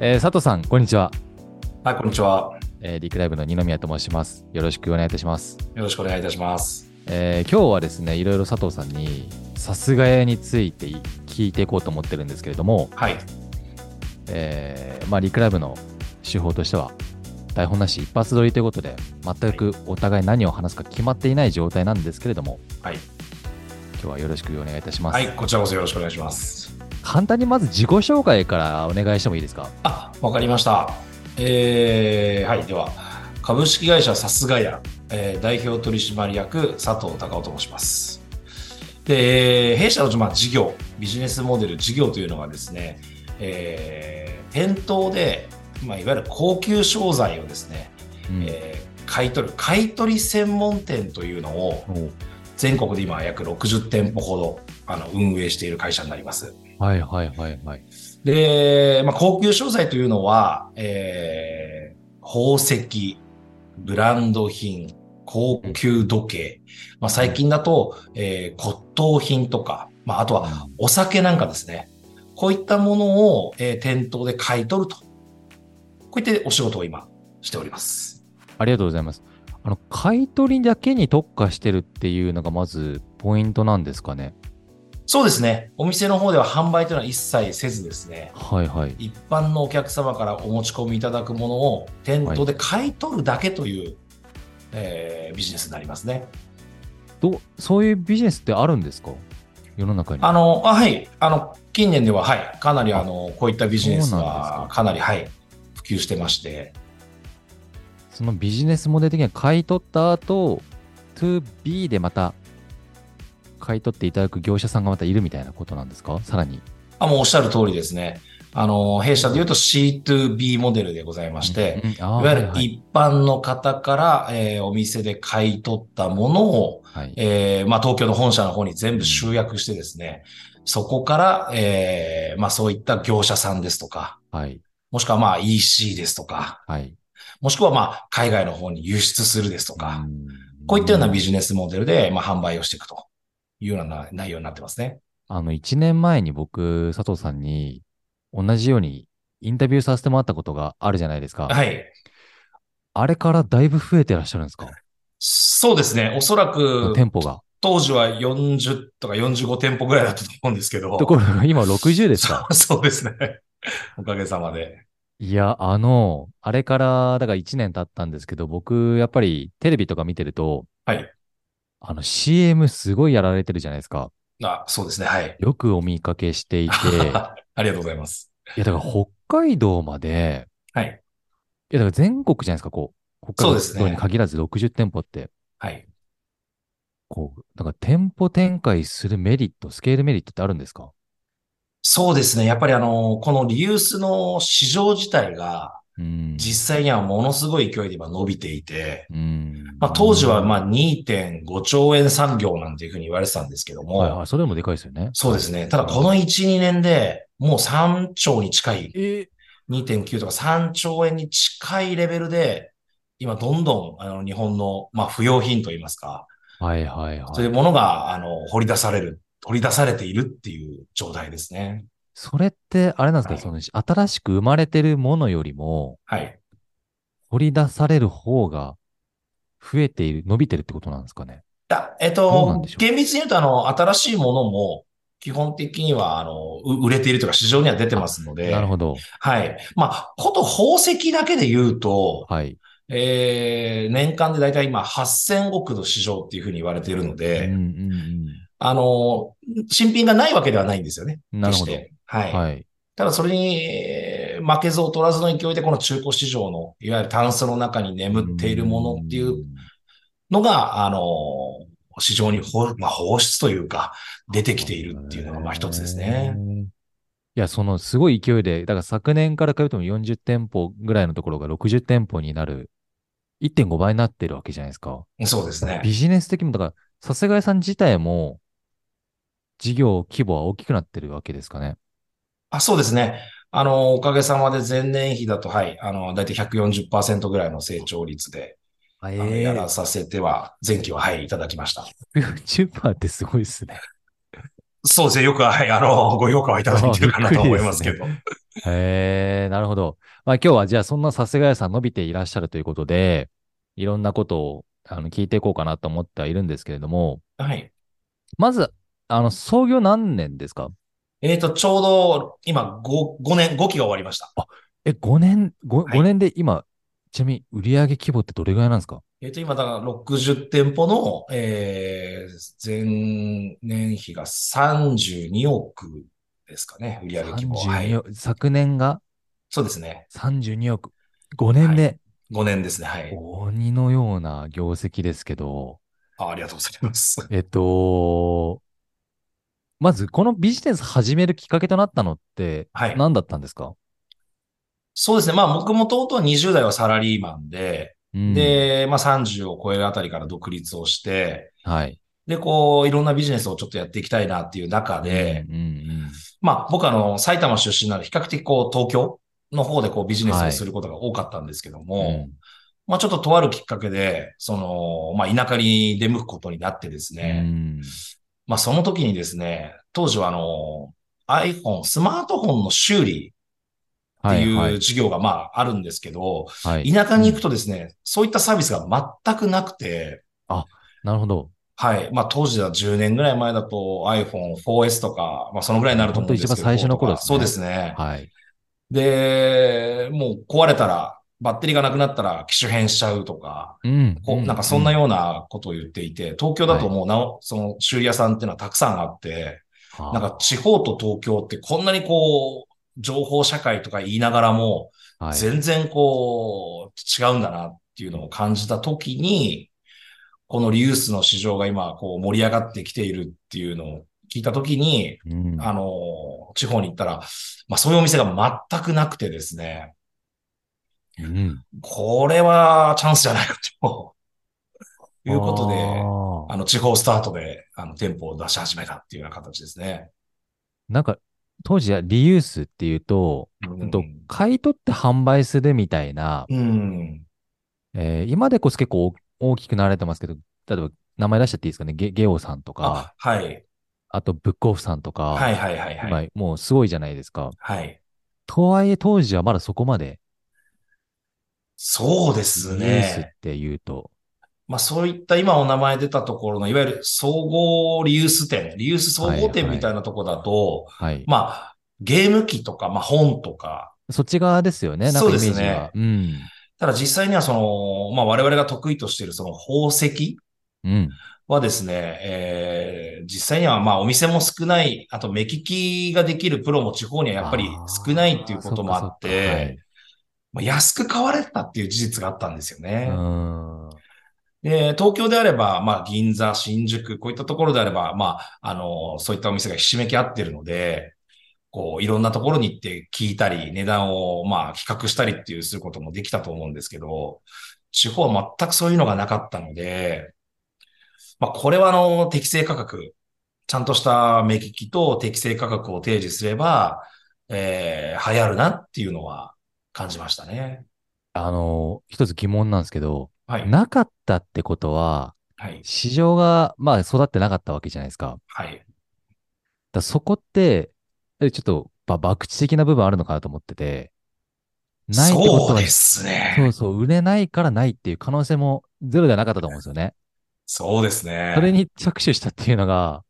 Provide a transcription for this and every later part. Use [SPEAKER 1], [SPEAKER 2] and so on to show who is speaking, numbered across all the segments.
[SPEAKER 1] えー佐藤さん、こんにちは。
[SPEAKER 2] はい、こんにちは。
[SPEAKER 1] えーリクライブの二宮と申します。よろしくお願いいたします。
[SPEAKER 2] よろしくお願いいたします。
[SPEAKER 1] えー今日はですね、いろいろ佐藤さんに、さすがやについて聞いていこうと思ってるんですけれども、
[SPEAKER 2] はい。
[SPEAKER 1] えーまあ、リクライブの手法としては、台本なし一発撮りということで、全くお互い何を話すか決まっていない状態なんですけれども、
[SPEAKER 2] はい。
[SPEAKER 1] 今日はよろしくお願いいたします。
[SPEAKER 2] はい、こちらこそよろしくお願いします。
[SPEAKER 1] 簡単にまず自己紹介からお願いしてもいいですか
[SPEAKER 2] あ、わかりました。えー、はい、では、株式会社さすがや、えー代表取締役佐藤隆夫と申します。で、えー弊社の、まあ、事業、ビジネスモデル事業というのがですね、えー店頭で、まあ、いわゆる高級商材をですね、
[SPEAKER 1] うん
[SPEAKER 2] えー買い取る、買い取り専門店というのを、全国で今約60店舗ほどあの運営している会社になります。
[SPEAKER 1] はいはいはいはい。
[SPEAKER 2] で、まあ、高級商材というのは、えー宝石、ブランド品、高級時計、まあ、最近だと、えー骨董品とか、まあ、あとはお酒なんかですね。こういったものを、えー店頭で買い取ると。こういったお仕事を今しております。
[SPEAKER 1] ありがとうございます。あの買い取りだけに特化してるっていうのがまずポイントなんですかね。
[SPEAKER 2] そうですね。お店の方では販売というのは一切せずですね。
[SPEAKER 1] はいはい。
[SPEAKER 2] 一般のお客様からお持ち込みいただくものを店頭で買い取るだけという、えービジネスになりますね。
[SPEAKER 1] どうそういうビジネスってあるんですか世の中に。
[SPEAKER 2] あの、あはい、あの、近年では、はい、かなりあの、こういったビジネス
[SPEAKER 1] そうなんです
[SPEAKER 2] が
[SPEAKER 1] か
[SPEAKER 2] かなり、はい、普及してまして、
[SPEAKER 1] そのビジネスモデル的には買い取った後、2B でまた買い取っていただく業者さんがまたいるみたいなことなんですかさらに。
[SPEAKER 2] あ、もうおっしゃる通りですね。あの、弊社でいうと C2B モデルでございまして、
[SPEAKER 1] うんうんあー
[SPEAKER 2] いわゆる
[SPEAKER 1] はい
[SPEAKER 2] 一般の方から、えーお店で買い取ったものを、
[SPEAKER 1] はいはい
[SPEAKER 2] えーまあ、東京の本社の方に全部集約してですね、そこから、えーまあ、そういった業者さんですとか、
[SPEAKER 1] はい
[SPEAKER 2] もしくはまあ EC ですとか、
[SPEAKER 1] はい。
[SPEAKER 2] もしくはまあ海外の方に輸出するですとか、
[SPEAKER 1] うん
[SPEAKER 2] こういったようなビジネスモデルでまあ販売をしていくというような内容になってますね。
[SPEAKER 1] あの、1年前に僕、佐藤さんに同じようにインタビューさせてもらったことがあるじゃないですか。
[SPEAKER 2] はい。
[SPEAKER 1] あれからだいぶ増えてらっしゃるんですか
[SPEAKER 2] そうですね。おそらく
[SPEAKER 1] 店舗が。
[SPEAKER 2] 当時は40とか45店舗ぐらいだったと思うんですけど、
[SPEAKER 1] ところが 今60ですか
[SPEAKER 2] そうですね。おかげさまで。
[SPEAKER 1] いや、あの、あれから、だから1年経ったんですけど、僕、やっぱりテレビとか見てると、
[SPEAKER 2] はい
[SPEAKER 1] あの、CM すごいやられてるじゃないですか。
[SPEAKER 2] あ、そうですね。はい。
[SPEAKER 1] よくお見かけして いて、いや、
[SPEAKER 2] ありがとうございます。
[SPEAKER 1] だから北海道まで、
[SPEAKER 2] はい
[SPEAKER 1] いや、だから全国じゃないですか、こう。北
[SPEAKER 2] そう
[SPEAKER 1] 海
[SPEAKER 2] ですね
[SPEAKER 1] 道に限らず60店舗って、
[SPEAKER 2] はい。
[SPEAKER 1] こう、なんか店舗展開するメリット、スケールメリットってあるんですか
[SPEAKER 2] そうですね。やっぱりあの、このリユースの市場自体が、
[SPEAKER 1] うん。
[SPEAKER 2] 実際にはものすごい勢いで今伸びていて、
[SPEAKER 1] うん。
[SPEAKER 2] まあ当時はまあ2.5兆円産業なんていうふうに言われてたんですけど
[SPEAKER 1] はい
[SPEAKER 2] も
[SPEAKER 1] は、い、それでもでかいですよね。
[SPEAKER 2] そうですね。ただこの1、2年でもう3兆に近い、
[SPEAKER 1] え
[SPEAKER 2] 2.9とか3兆円に近いレベルで、今どんどんあの日本のまあ不要品といいますか、
[SPEAKER 1] はいはいはい。
[SPEAKER 2] そういうものがあの掘り出される、掘り出されているっていう状態ですね。
[SPEAKER 1] それって、あれなんですか、
[SPEAKER 2] はい
[SPEAKER 1] その新しく生まれてるものよりも、
[SPEAKER 2] はい。
[SPEAKER 1] 掘り出される方が増えている、伸びてるってことなんですかね。
[SPEAKER 2] いや、えっ
[SPEAKER 1] どうなん
[SPEAKER 2] と
[SPEAKER 1] でしょ、う
[SPEAKER 2] 厳密に言うと、あの、新しいものも、基本的には、あの、う売れているというか、市場には出てますので、
[SPEAKER 1] なるほど。
[SPEAKER 2] はい。まあ、こと宝石だけで言うと、
[SPEAKER 1] はい。
[SPEAKER 2] えー年間でだいたい今、8000億の市場っていうふうに言われている
[SPEAKER 1] うん
[SPEAKER 2] の
[SPEAKER 1] う
[SPEAKER 2] で、
[SPEAKER 1] ん
[SPEAKER 2] あの、新品がないわけではないんですよね。
[SPEAKER 1] うん。なるほ
[SPEAKER 2] 決
[SPEAKER 1] ど
[SPEAKER 2] し。てはい。
[SPEAKER 1] はい。
[SPEAKER 2] ただ、それに、えー負けず劣らずの勢いで、この中古市場の、いわゆるタンスの中に眠っているものっていうのが、あの、市場に放,、まあ、放出というか、出てきているっていうのが、まあ一つですね。
[SPEAKER 1] うん。いや、そのすごい勢いで、だから昨年から比べても40店舗ぐらいのところが60店舗になる、1.5倍になってるわけじゃないですか。
[SPEAKER 2] そうですね。
[SPEAKER 1] ビジネス的にも、だから、さすがやさん自体も、事業規模は大きくなってるわけですかね。
[SPEAKER 2] あ、そうですね。あの、おかげさまで前年比だと、はい、あの、だいたい140%ぐらいの成長率で、あのやらさせては、前期は、はい、いただきました。
[SPEAKER 1] ユーチューバーってすごいですね。
[SPEAKER 2] そうですね。よく、はい、あの、ご評価はいただいてるかなと思いますけど。
[SPEAKER 1] へえ、なるほど。まあ今日はじゃあそんなさすがやさん伸びていらっしゃるということで、いろんなことをあの聞いていこうかなと思ってはいるんですけれども、
[SPEAKER 2] はい。
[SPEAKER 1] まず、あの、創業何年ですか
[SPEAKER 2] えっ、と、ちょうど、今、5、5年、5期が終わりました。
[SPEAKER 1] え、5年、5,
[SPEAKER 2] はい
[SPEAKER 1] 5年で今、ちなみに売上規模ってどれぐらいなんですか
[SPEAKER 2] えっ、と、今、だから60店舗の、えー、前年比が32億ですかね。売上規模。はい
[SPEAKER 1] 32。億昨年が
[SPEAKER 2] そうですね。
[SPEAKER 1] 32億。5年で、
[SPEAKER 2] 5年ですね。はい。
[SPEAKER 1] 鬼のような業績ですけど、
[SPEAKER 2] あありがとうございます。
[SPEAKER 1] えっと、まずこのビジネス始めるきっかけとなったのって
[SPEAKER 2] はい。
[SPEAKER 1] 何だったんですか、
[SPEAKER 2] そうですね。まあ、僕もともと20代はサラリーマンで、
[SPEAKER 1] うん、
[SPEAKER 2] で、まあ、30を超えるあたりから独立をして、
[SPEAKER 1] はい。
[SPEAKER 2] で、こう、いろんなビジネスをちょっとやっていきたいなっていう中で、
[SPEAKER 1] うんうん
[SPEAKER 2] まあ、僕はあの、埼玉出身なので、比較的こう、東京の方でこう、ビジネスをすることが多かったんですけど
[SPEAKER 1] うん
[SPEAKER 2] も、まあ、ちょっととあるきっかけで、その、まあ、田舎に出向くことになってです
[SPEAKER 1] う
[SPEAKER 2] ね、
[SPEAKER 1] ん
[SPEAKER 2] まあ、その時にですね、当時はあの、iPhone、スマートフォンの修理っ
[SPEAKER 1] は
[SPEAKER 2] て
[SPEAKER 1] いはいいう
[SPEAKER 2] 事業がまあ、あるんですけど、
[SPEAKER 1] はい。
[SPEAKER 2] 田舎に行くとですね、そういったサービスが全くなくて、
[SPEAKER 1] なるほど。
[SPEAKER 2] はい。まあ当時は10年ぐらい前だと iPhone4S とか、まあそのぐらいになると思うんですけど。
[SPEAKER 1] 本当一番最初の頃ですね
[SPEAKER 2] そうですね。
[SPEAKER 1] はい。
[SPEAKER 2] で、もう壊れたら、バッテリーがなくなったら機種変しちゃうとか、
[SPEAKER 1] うん
[SPEAKER 2] こうなんかそんなようなことを言っていて、東京だともうなお、その修理屋さんっていうのはたくさんあって、
[SPEAKER 1] な
[SPEAKER 2] なんか地方と東京ってこんなにこう、情報社会とか言いながらも、
[SPEAKER 1] はい、
[SPEAKER 2] 全然こう、違うんだなっていうのを感じたときに、このリユースの市場が今こう盛り上がってきているっていうのを聞いたときに、
[SPEAKER 1] うん
[SPEAKER 2] あの、地方に行ったら、まあそういうお店が全くなくてですね、
[SPEAKER 1] うん
[SPEAKER 2] これはチャンスじゃないかと、いうことで、
[SPEAKER 1] あー
[SPEAKER 2] あの、地方スタートで、あの、店舗を出し始めたっていうような形ですね。
[SPEAKER 1] なんか、当時はリユースっていうと、
[SPEAKER 2] う
[SPEAKER 1] うん
[SPEAKER 2] ん
[SPEAKER 1] と買い取って販売するみたいな、
[SPEAKER 2] うん。
[SPEAKER 1] えー今でこそ結構大きくなられてますけど、例えば名前出しちゃっていいですかね、ゲゲオさんとか、
[SPEAKER 2] あ、はい。
[SPEAKER 1] あとブックオフさんとか、
[SPEAKER 2] はいはいはいはい。
[SPEAKER 1] 今もうすごいじゃないですか。
[SPEAKER 2] はい。
[SPEAKER 1] とはいえ当時はまだそこまで
[SPEAKER 2] そうで
[SPEAKER 1] リ
[SPEAKER 2] す
[SPEAKER 1] ユ
[SPEAKER 2] ね。
[SPEAKER 1] ースっていうと、
[SPEAKER 2] まあそういった今お名前出たところの、いわゆる総合リユース店、リユース総合店みたいなとこだと、
[SPEAKER 1] はい。
[SPEAKER 2] まあゲーム機とか、まあ本とか、
[SPEAKER 1] そっち側ですよね、なんかイメージ
[SPEAKER 2] そうで
[SPEAKER 1] は。うん。
[SPEAKER 2] ただ実際にはその、まあ我々が得意としているその宝石
[SPEAKER 1] うん。
[SPEAKER 2] はですね、えー実際にはまあお店も少ない、あと目利きができるプロも地方にはやっぱり少ないっていうこともあっ
[SPEAKER 1] あ
[SPEAKER 2] て、まあ安く買われてたっていう事実があったんですよ
[SPEAKER 1] ー
[SPEAKER 2] ね。
[SPEAKER 1] そっかそっかはい
[SPEAKER 2] で、東京であれば、まあ、銀座、新宿、こういったところであれば、まあ、あの、そういったお店がひしめき合ってるので、こう、いろんなところに行って聞いたり、値段を、まあ、比較したりっていうすることもできたと思うんですけど、地方は全くそういうのがなかったので、まあ、これは、あの、適正価格、ちゃんとした目利きと適正価格を提示すれば、えー、流行るなっていうのは感じましたね。
[SPEAKER 1] うん。あのー、一つ疑問なんですけど、
[SPEAKER 2] はい。
[SPEAKER 1] なかったってことは、
[SPEAKER 2] はい。
[SPEAKER 1] 市場が、まあ、育ってなかったわけじゃないですか。だか
[SPEAKER 2] はい。
[SPEAKER 1] らそこって、やはりちょっと、ば、博打的な部分あるのかなと思ってて、ないってこと
[SPEAKER 2] そう
[SPEAKER 1] は、
[SPEAKER 2] ですね。
[SPEAKER 1] そうそう、売れないからないっていう可能性もゼロではなかったと思うんですよね。
[SPEAKER 2] そうですね。
[SPEAKER 1] それに着手したっていうのが、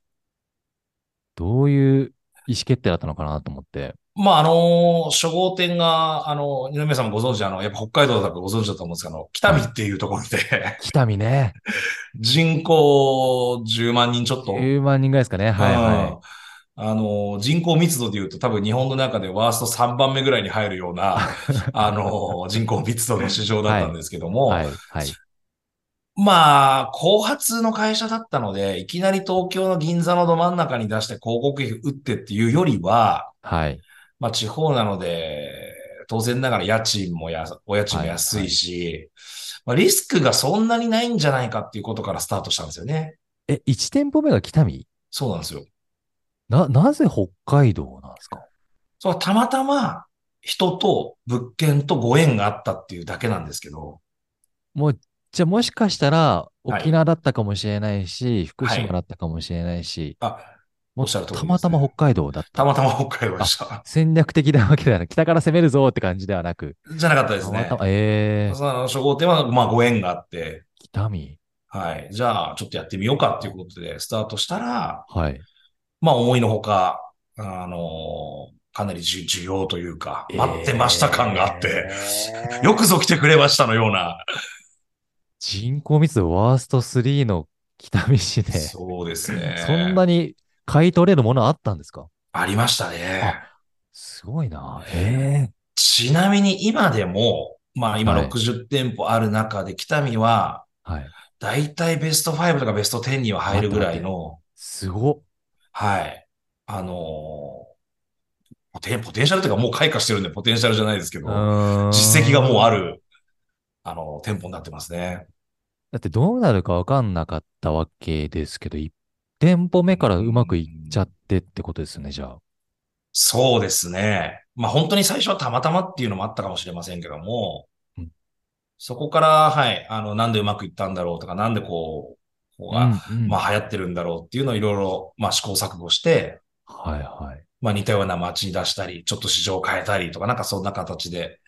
[SPEAKER 1] どういう意思決定だったのかなと思って。
[SPEAKER 2] まあ、あの、初号店が、あの、二宮さんもご存知、あの、やっぱ北海道だからご存知だと思うんですけど、あの北見っていうところで、
[SPEAKER 1] 北見ね、
[SPEAKER 2] 人口10万人ちょっと。
[SPEAKER 1] 10万人ぐらいですかね。はい
[SPEAKER 2] うん
[SPEAKER 1] は
[SPEAKER 2] あの、人口密度で言うと多分日本の中でワースト3番目ぐらいに入るよう な、あの、人口密度の市場だったんですけど
[SPEAKER 1] い。
[SPEAKER 2] も、
[SPEAKER 1] はいはい。
[SPEAKER 2] まあ、後発の会社だったので、いきなり東京の銀座のど真ん中に出して広告費打ってっていうよりは、
[SPEAKER 1] はい。
[SPEAKER 2] まあ地方なので、当然ながら家賃もや、お家賃も安いし、まあリスクがそんなにないんじゃないかっていうことからスタートしたんですよね。
[SPEAKER 1] え、1店舗目が北見
[SPEAKER 2] そうなんですよ。
[SPEAKER 1] な、なぜ北海道なんですか
[SPEAKER 2] そのたまたま人と物件とご縁があったっていうだけなんですけど、
[SPEAKER 1] もう、じゃあもしかしたら、
[SPEAKER 2] い
[SPEAKER 1] 沖縄だったかもしれないし、福
[SPEAKER 2] は
[SPEAKER 1] 島
[SPEAKER 2] い
[SPEAKER 1] だったかもしれないし、
[SPEAKER 2] あ、
[SPEAKER 1] も
[SPEAKER 2] おっしゃる通りです
[SPEAKER 1] た
[SPEAKER 2] ね
[SPEAKER 1] またま北海道だった。
[SPEAKER 2] たまたま北海道でした。
[SPEAKER 1] 戦略的なわけではない。北から攻めるぞって感じではなく。
[SPEAKER 2] じゃなかったです
[SPEAKER 1] たま
[SPEAKER 2] ね
[SPEAKER 1] た。まえー、
[SPEAKER 2] その初号店は、まあ、ご縁があって、
[SPEAKER 1] 北見。
[SPEAKER 2] はい。じゃあ、ちょっとやってみようかっていうことで、スタートしたら、
[SPEAKER 1] はい。
[SPEAKER 2] まあ、思いのほか、あのかなりじゅ需要というか、待ってました感があって、
[SPEAKER 3] えー
[SPEAKER 2] よくぞ来てくれましたのような。
[SPEAKER 1] 人口密度ワースト3の北見市で、そ
[SPEAKER 2] そうですね。
[SPEAKER 1] んなに買い取れるものあったんですか
[SPEAKER 2] ありましたね。
[SPEAKER 1] すごいな。え
[SPEAKER 2] ちなみに今でも、まあ今
[SPEAKER 1] はい
[SPEAKER 2] 60店舗ある中で、北見は、
[SPEAKER 1] えはい。
[SPEAKER 2] だいたいベスト5とかベスト10には入るぐらいの、
[SPEAKER 1] すごっ。
[SPEAKER 2] はい。あのーポテ、ポテンシャルというかもう開花してるんで、ポテンシャルじゃないですけ
[SPEAKER 1] う
[SPEAKER 2] ど、
[SPEAKER 1] ーん
[SPEAKER 2] 実績がもうある、あの、店舗になってますね。
[SPEAKER 1] だってどうなるかわかんなかったわけですけど、1店舗目からうまくいっちゃってってことですよね、じゃあ。
[SPEAKER 2] そうですね。まあ本当に最初はたまたまっていうのもあったかもしれませんけども
[SPEAKER 1] うん、
[SPEAKER 2] そこから、はい、あの、なんでうまくいったんだろうとか、なんでこう、ここが、
[SPEAKER 1] うんうん
[SPEAKER 2] まあ流行ってるんだろうっていうのをいろいろ、まあ試行錯誤して、
[SPEAKER 1] はいはい。
[SPEAKER 2] まあ似たような街に出したり、ちょっと市場を変えたりとか、なんかそんな形で、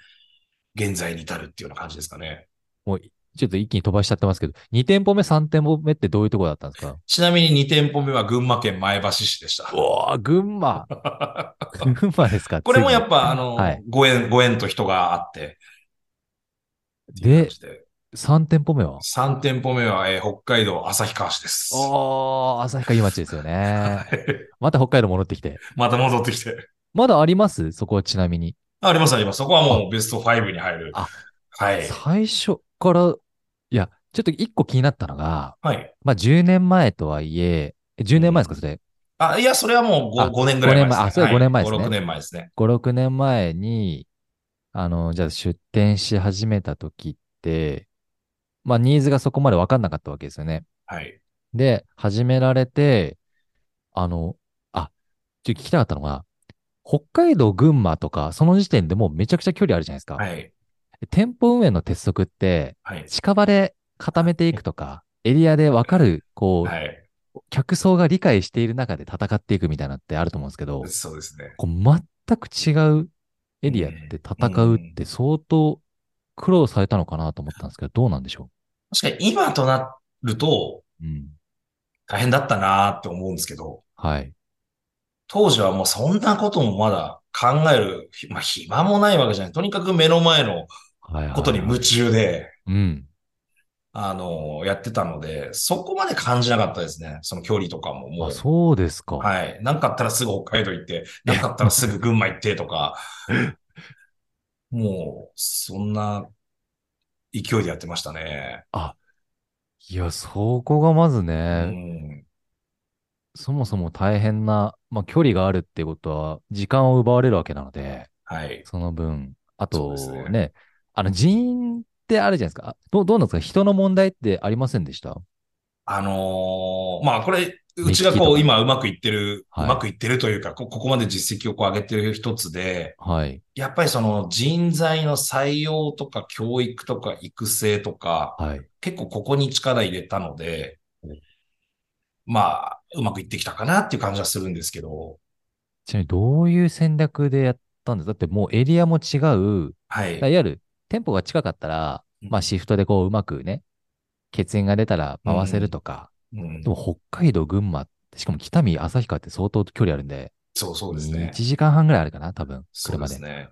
[SPEAKER 2] 現在に至るっていうような感じですかね。
[SPEAKER 1] もう、ちょっと一気に飛ばしちゃってますけど、2店舗目、3店舗目ってどういうところだったんですか
[SPEAKER 2] ちなみに2店舗目は群馬県前橋市でした。
[SPEAKER 1] おー、群馬 群馬ですか
[SPEAKER 2] これもや
[SPEAKER 1] ぱ
[SPEAKER 2] っぱ、あの、
[SPEAKER 1] はい
[SPEAKER 2] ご縁、ご縁と人があって。
[SPEAKER 1] で、3店舗目は
[SPEAKER 2] 3店舗目は、えー北海道旭川市です。
[SPEAKER 1] おー、旭川いい町ですよね。また北海道戻ってきて。
[SPEAKER 2] また戻ってきて。
[SPEAKER 1] まだありますそこはちなみに。
[SPEAKER 2] ありますあります。そこはもうベスト5に入る。
[SPEAKER 1] あ
[SPEAKER 2] はい。
[SPEAKER 1] 最初から、いや、ちょっと一個気になったのが、
[SPEAKER 2] はい。
[SPEAKER 1] まあ10年前とはいえ、え10年前ですかそれ。
[SPEAKER 2] あ、いや、それはもう
[SPEAKER 1] あ
[SPEAKER 2] 5, 年ぐらい前です、ね。
[SPEAKER 1] 五年前あそれは五年前ですね
[SPEAKER 2] 5、6年前で
[SPEAKER 1] 5、6年前
[SPEAKER 2] すね。
[SPEAKER 1] に、あの、じゃあ出店し始めた時って、まあニーズがそこまでわかんなかったわけですよね。
[SPEAKER 2] はい。
[SPEAKER 1] で、始められて、あの、あ、ちょっと聞きたかったのが、北海道、群馬とか、その時点でもうめちゃくちゃ距離あるじゃないですか。
[SPEAKER 2] はい。
[SPEAKER 1] 店舗運営の鉄則って、
[SPEAKER 2] はい。
[SPEAKER 1] 近場で固めていくとか、エリアで分かる、こう、
[SPEAKER 2] はい。
[SPEAKER 1] 客層が理解している中で戦っていくみたいなのってあると思うんですけど、
[SPEAKER 2] そうですね。
[SPEAKER 1] こう全く違うエリアで戦うって相当苦労されたのかなと思ったんですけど、どうなんでしょ
[SPEAKER 2] 確かに今となると
[SPEAKER 1] ううん。
[SPEAKER 2] 大変だったなーって思うんですけど、
[SPEAKER 1] はい。
[SPEAKER 2] 当時はもうそんなこともまだ考える、ひまあ暇もないわけじゃない。とにかく目の前の
[SPEAKER 1] はい、はい。
[SPEAKER 2] ことに夢中で、
[SPEAKER 1] うん。
[SPEAKER 2] あのやってたので、そこまで感じなかったですね。その距離とかもも
[SPEAKER 1] あ、
[SPEAKER 2] う。
[SPEAKER 1] そうですか。
[SPEAKER 2] はい。なんかあったらすぐ北海道行って、なんかあったらすぐ群馬行ってとか、もう、そんな勢いでやってましたね。
[SPEAKER 1] いや、そこがまず
[SPEAKER 2] う
[SPEAKER 1] ね、
[SPEAKER 2] ん。
[SPEAKER 1] そもそも大変な、まあ、距離があるってことは、時間を奪われるわけなので、
[SPEAKER 2] はい。
[SPEAKER 1] その分、あ
[SPEAKER 2] そ
[SPEAKER 1] と
[SPEAKER 2] うですね
[SPEAKER 1] ね、あの、人員ってあるじゃないですか。あどう、どうなんですか人の問題ってありませんでした
[SPEAKER 2] あのーまあこれ、うちが
[SPEAKER 1] 日記と
[SPEAKER 2] こう
[SPEAKER 1] か
[SPEAKER 2] 今うまくいってる、
[SPEAKER 1] はいう
[SPEAKER 2] まくいってるというか、こここまで実績をこう上げてる一つで、
[SPEAKER 1] はい。
[SPEAKER 2] やっぱりその人材の採用とか教育とか育成とか、
[SPEAKER 1] はい。
[SPEAKER 2] 結構ここに力入れたので
[SPEAKER 1] うん、
[SPEAKER 2] まあ、うまくいってきたかなっていう感じはするんですけど、
[SPEAKER 1] ちなみに、どういう戦略でやったんですかだってもうエリアも違う、
[SPEAKER 2] は
[SPEAKER 1] だ
[SPEAKER 2] い
[SPEAKER 1] からい。わゆる店舗が近かったら、
[SPEAKER 2] うん
[SPEAKER 1] まあ、シフトでこう、うまくね、欠員が出たら回せるとか、
[SPEAKER 2] うん
[SPEAKER 1] でも北海道、群馬、しかも北見、旭川って相当距離あるんで、
[SPEAKER 2] そうそうですね。
[SPEAKER 1] 1時間半ぐらいあるかな、多分、
[SPEAKER 2] そう
[SPEAKER 1] 車
[SPEAKER 2] で
[SPEAKER 1] で。
[SPEAKER 2] すね。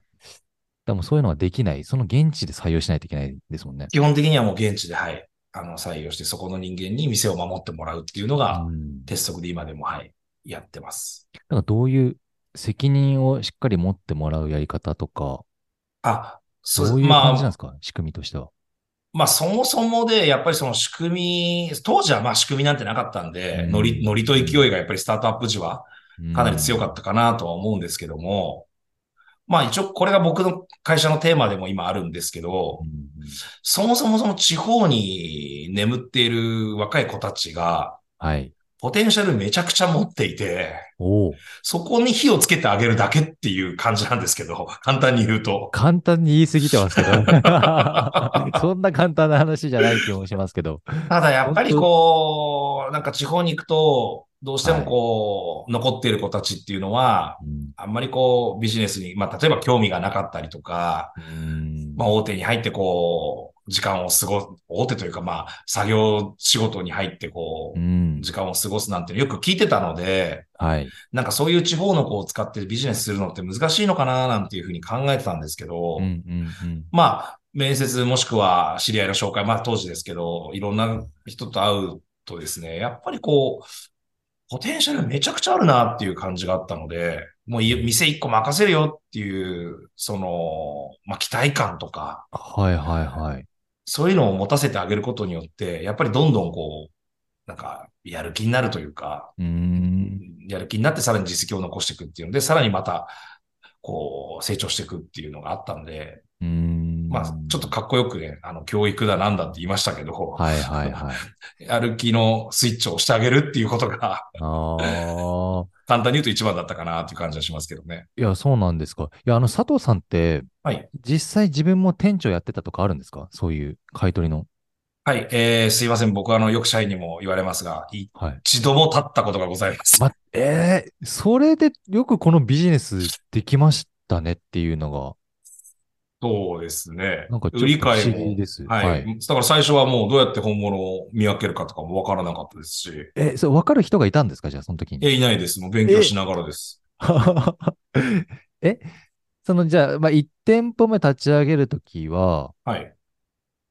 [SPEAKER 1] でもそういうのができない、その現地で採用しないといけないですもんね。
[SPEAKER 2] 基本的にはもう現地で、はい、あの、採用して、そこの人間に店を守ってもらうっていうのが、
[SPEAKER 1] うんだ
[SPEAKER 2] 鉄則で今でも、はい、やってます。
[SPEAKER 1] からどういう責任をしっかり持ってもらうやり方とか、
[SPEAKER 2] あ、そ
[SPEAKER 1] どういう感じなんですか、仕組みとしては。
[SPEAKER 2] まあそもそもで、やっぱりその仕組み、当時はまあ仕組みなんてなかったんで、
[SPEAKER 1] うん
[SPEAKER 2] ノリ、ノリと勢いがやっぱりスタートアップ時はかなり強か
[SPEAKER 1] っ
[SPEAKER 2] ったかなとは思うんですけども、まあ一応これが僕の会社のテーマでも今あるんですけど
[SPEAKER 1] た、
[SPEAKER 2] そもそもその地方に眠っている若い子たちが、
[SPEAKER 1] はい。
[SPEAKER 2] ポテンシャルめちゃくちゃ持っていて、
[SPEAKER 1] おお、
[SPEAKER 2] そこに火をつけてあげるだけっていう感じなんですけど、簡単に言うと。
[SPEAKER 1] 簡単に言い過ぎてますけ ど。そんな簡単な話じゃない気もしますけど。
[SPEAKER 2] ただやっぱりこう、なんか地方に行くと、どうしてもこう、残っている子たちっていうのは、
[SPEAKER 1] うん
[SPEAKER 2] あんまりこう、ビジネスに、まあ、例えば興味がなかったりとか、まあ、大手に入ってこう、時間を過ご、大手というか、まあ、作業仕事に入ってこ
[SPEAKER 1] う
[SPEAKER 2] う、
[SPEAKER 1] ん。
[SPEAKER 2] 時間を過ごすなんてよく聞いてたので、
[SPEAKER 1] はい。
[SPEAKER 2] なんかそういう地方の子を使ってビジネスするのって難しいのかななんていうふうに考えてたんですけど、
[SPEAKER 1] うんうん
[SPEAKER 2] まあ、面接もしくは知り合いの紹介、まあ当時ですけど、いろんな人と会うとですね、やっぱりこう、ポテンシャルめちゃくちゃあるなっていう感じがあったので、もうい店一個任せるよっていう、その、まあ期待感とか、
[SPEAKER 1] うん。はいはいはい。
[SPEAKER 2] そういうのを持たせてあげることによって、やっぱりどんどんこう、なんか、やる気になるというか、
[SPEAKER 1] うーん。
[SPEAKER 2] やる気になってさらに実績を残していくっていうので、さらにまた、こう、成長していくっていうのがあったんで、
[SPEAKER 1] うーん。
[SPEAKER 2] まあ、ちょっとかっこよくね、あの、教育だなんだって言いましたけど、
[SPEAKER 1] はいはいはい。
[SPEAKER 2] やる気のスイッチを押してあげるっていうことが、
[SPEAKER 1] ああ。
[SPEAKER 2] 簡単に言うと一番だったかなっていう感じはしますけどね。
[SPEAKER 1] いや、そうなんですか。いや、あの、佐藤さんって、
[SPEAKER 2] はい。
[SPEAKER 1] 実際自分も店長やってたとかあるんですかそういう買い取りの。
[SPEAKER 2] はい、えー、すいません。僕はあの、よく社員にも言われますが、
[SPEAKER 1] はい。
[SPEAKER 2] 一度も立ったことがございます。
[SPEAKER 1] ま、ええそれでよくこのビジネスできましたねっていうのが、
[SPEAKER 2] そうですね。
[SPEAKER 1] なんかちょっ
[SPEAKER 2] 売り
[SPEAKER 1] と不
[SPEAKER 2] 買い
[SPEAKER 1] 思議
[SPEAKER 2] も。
[SPEAKER 1] です。
[SPEAKER 2] はい、だから最初はもうどうやって本物を見分けるかとかもわからなかったですし、
[SPEAKER 1] え、それ分かる人がいたんですかじゃあ、その時に。
[SPEAKER 2] え、いないです。もう勉強しながらです。
[SPEAKER 1] え、その、じゃあ、まあ、1店舗目立ち上げるときは、
[SPEAKER 2] はい。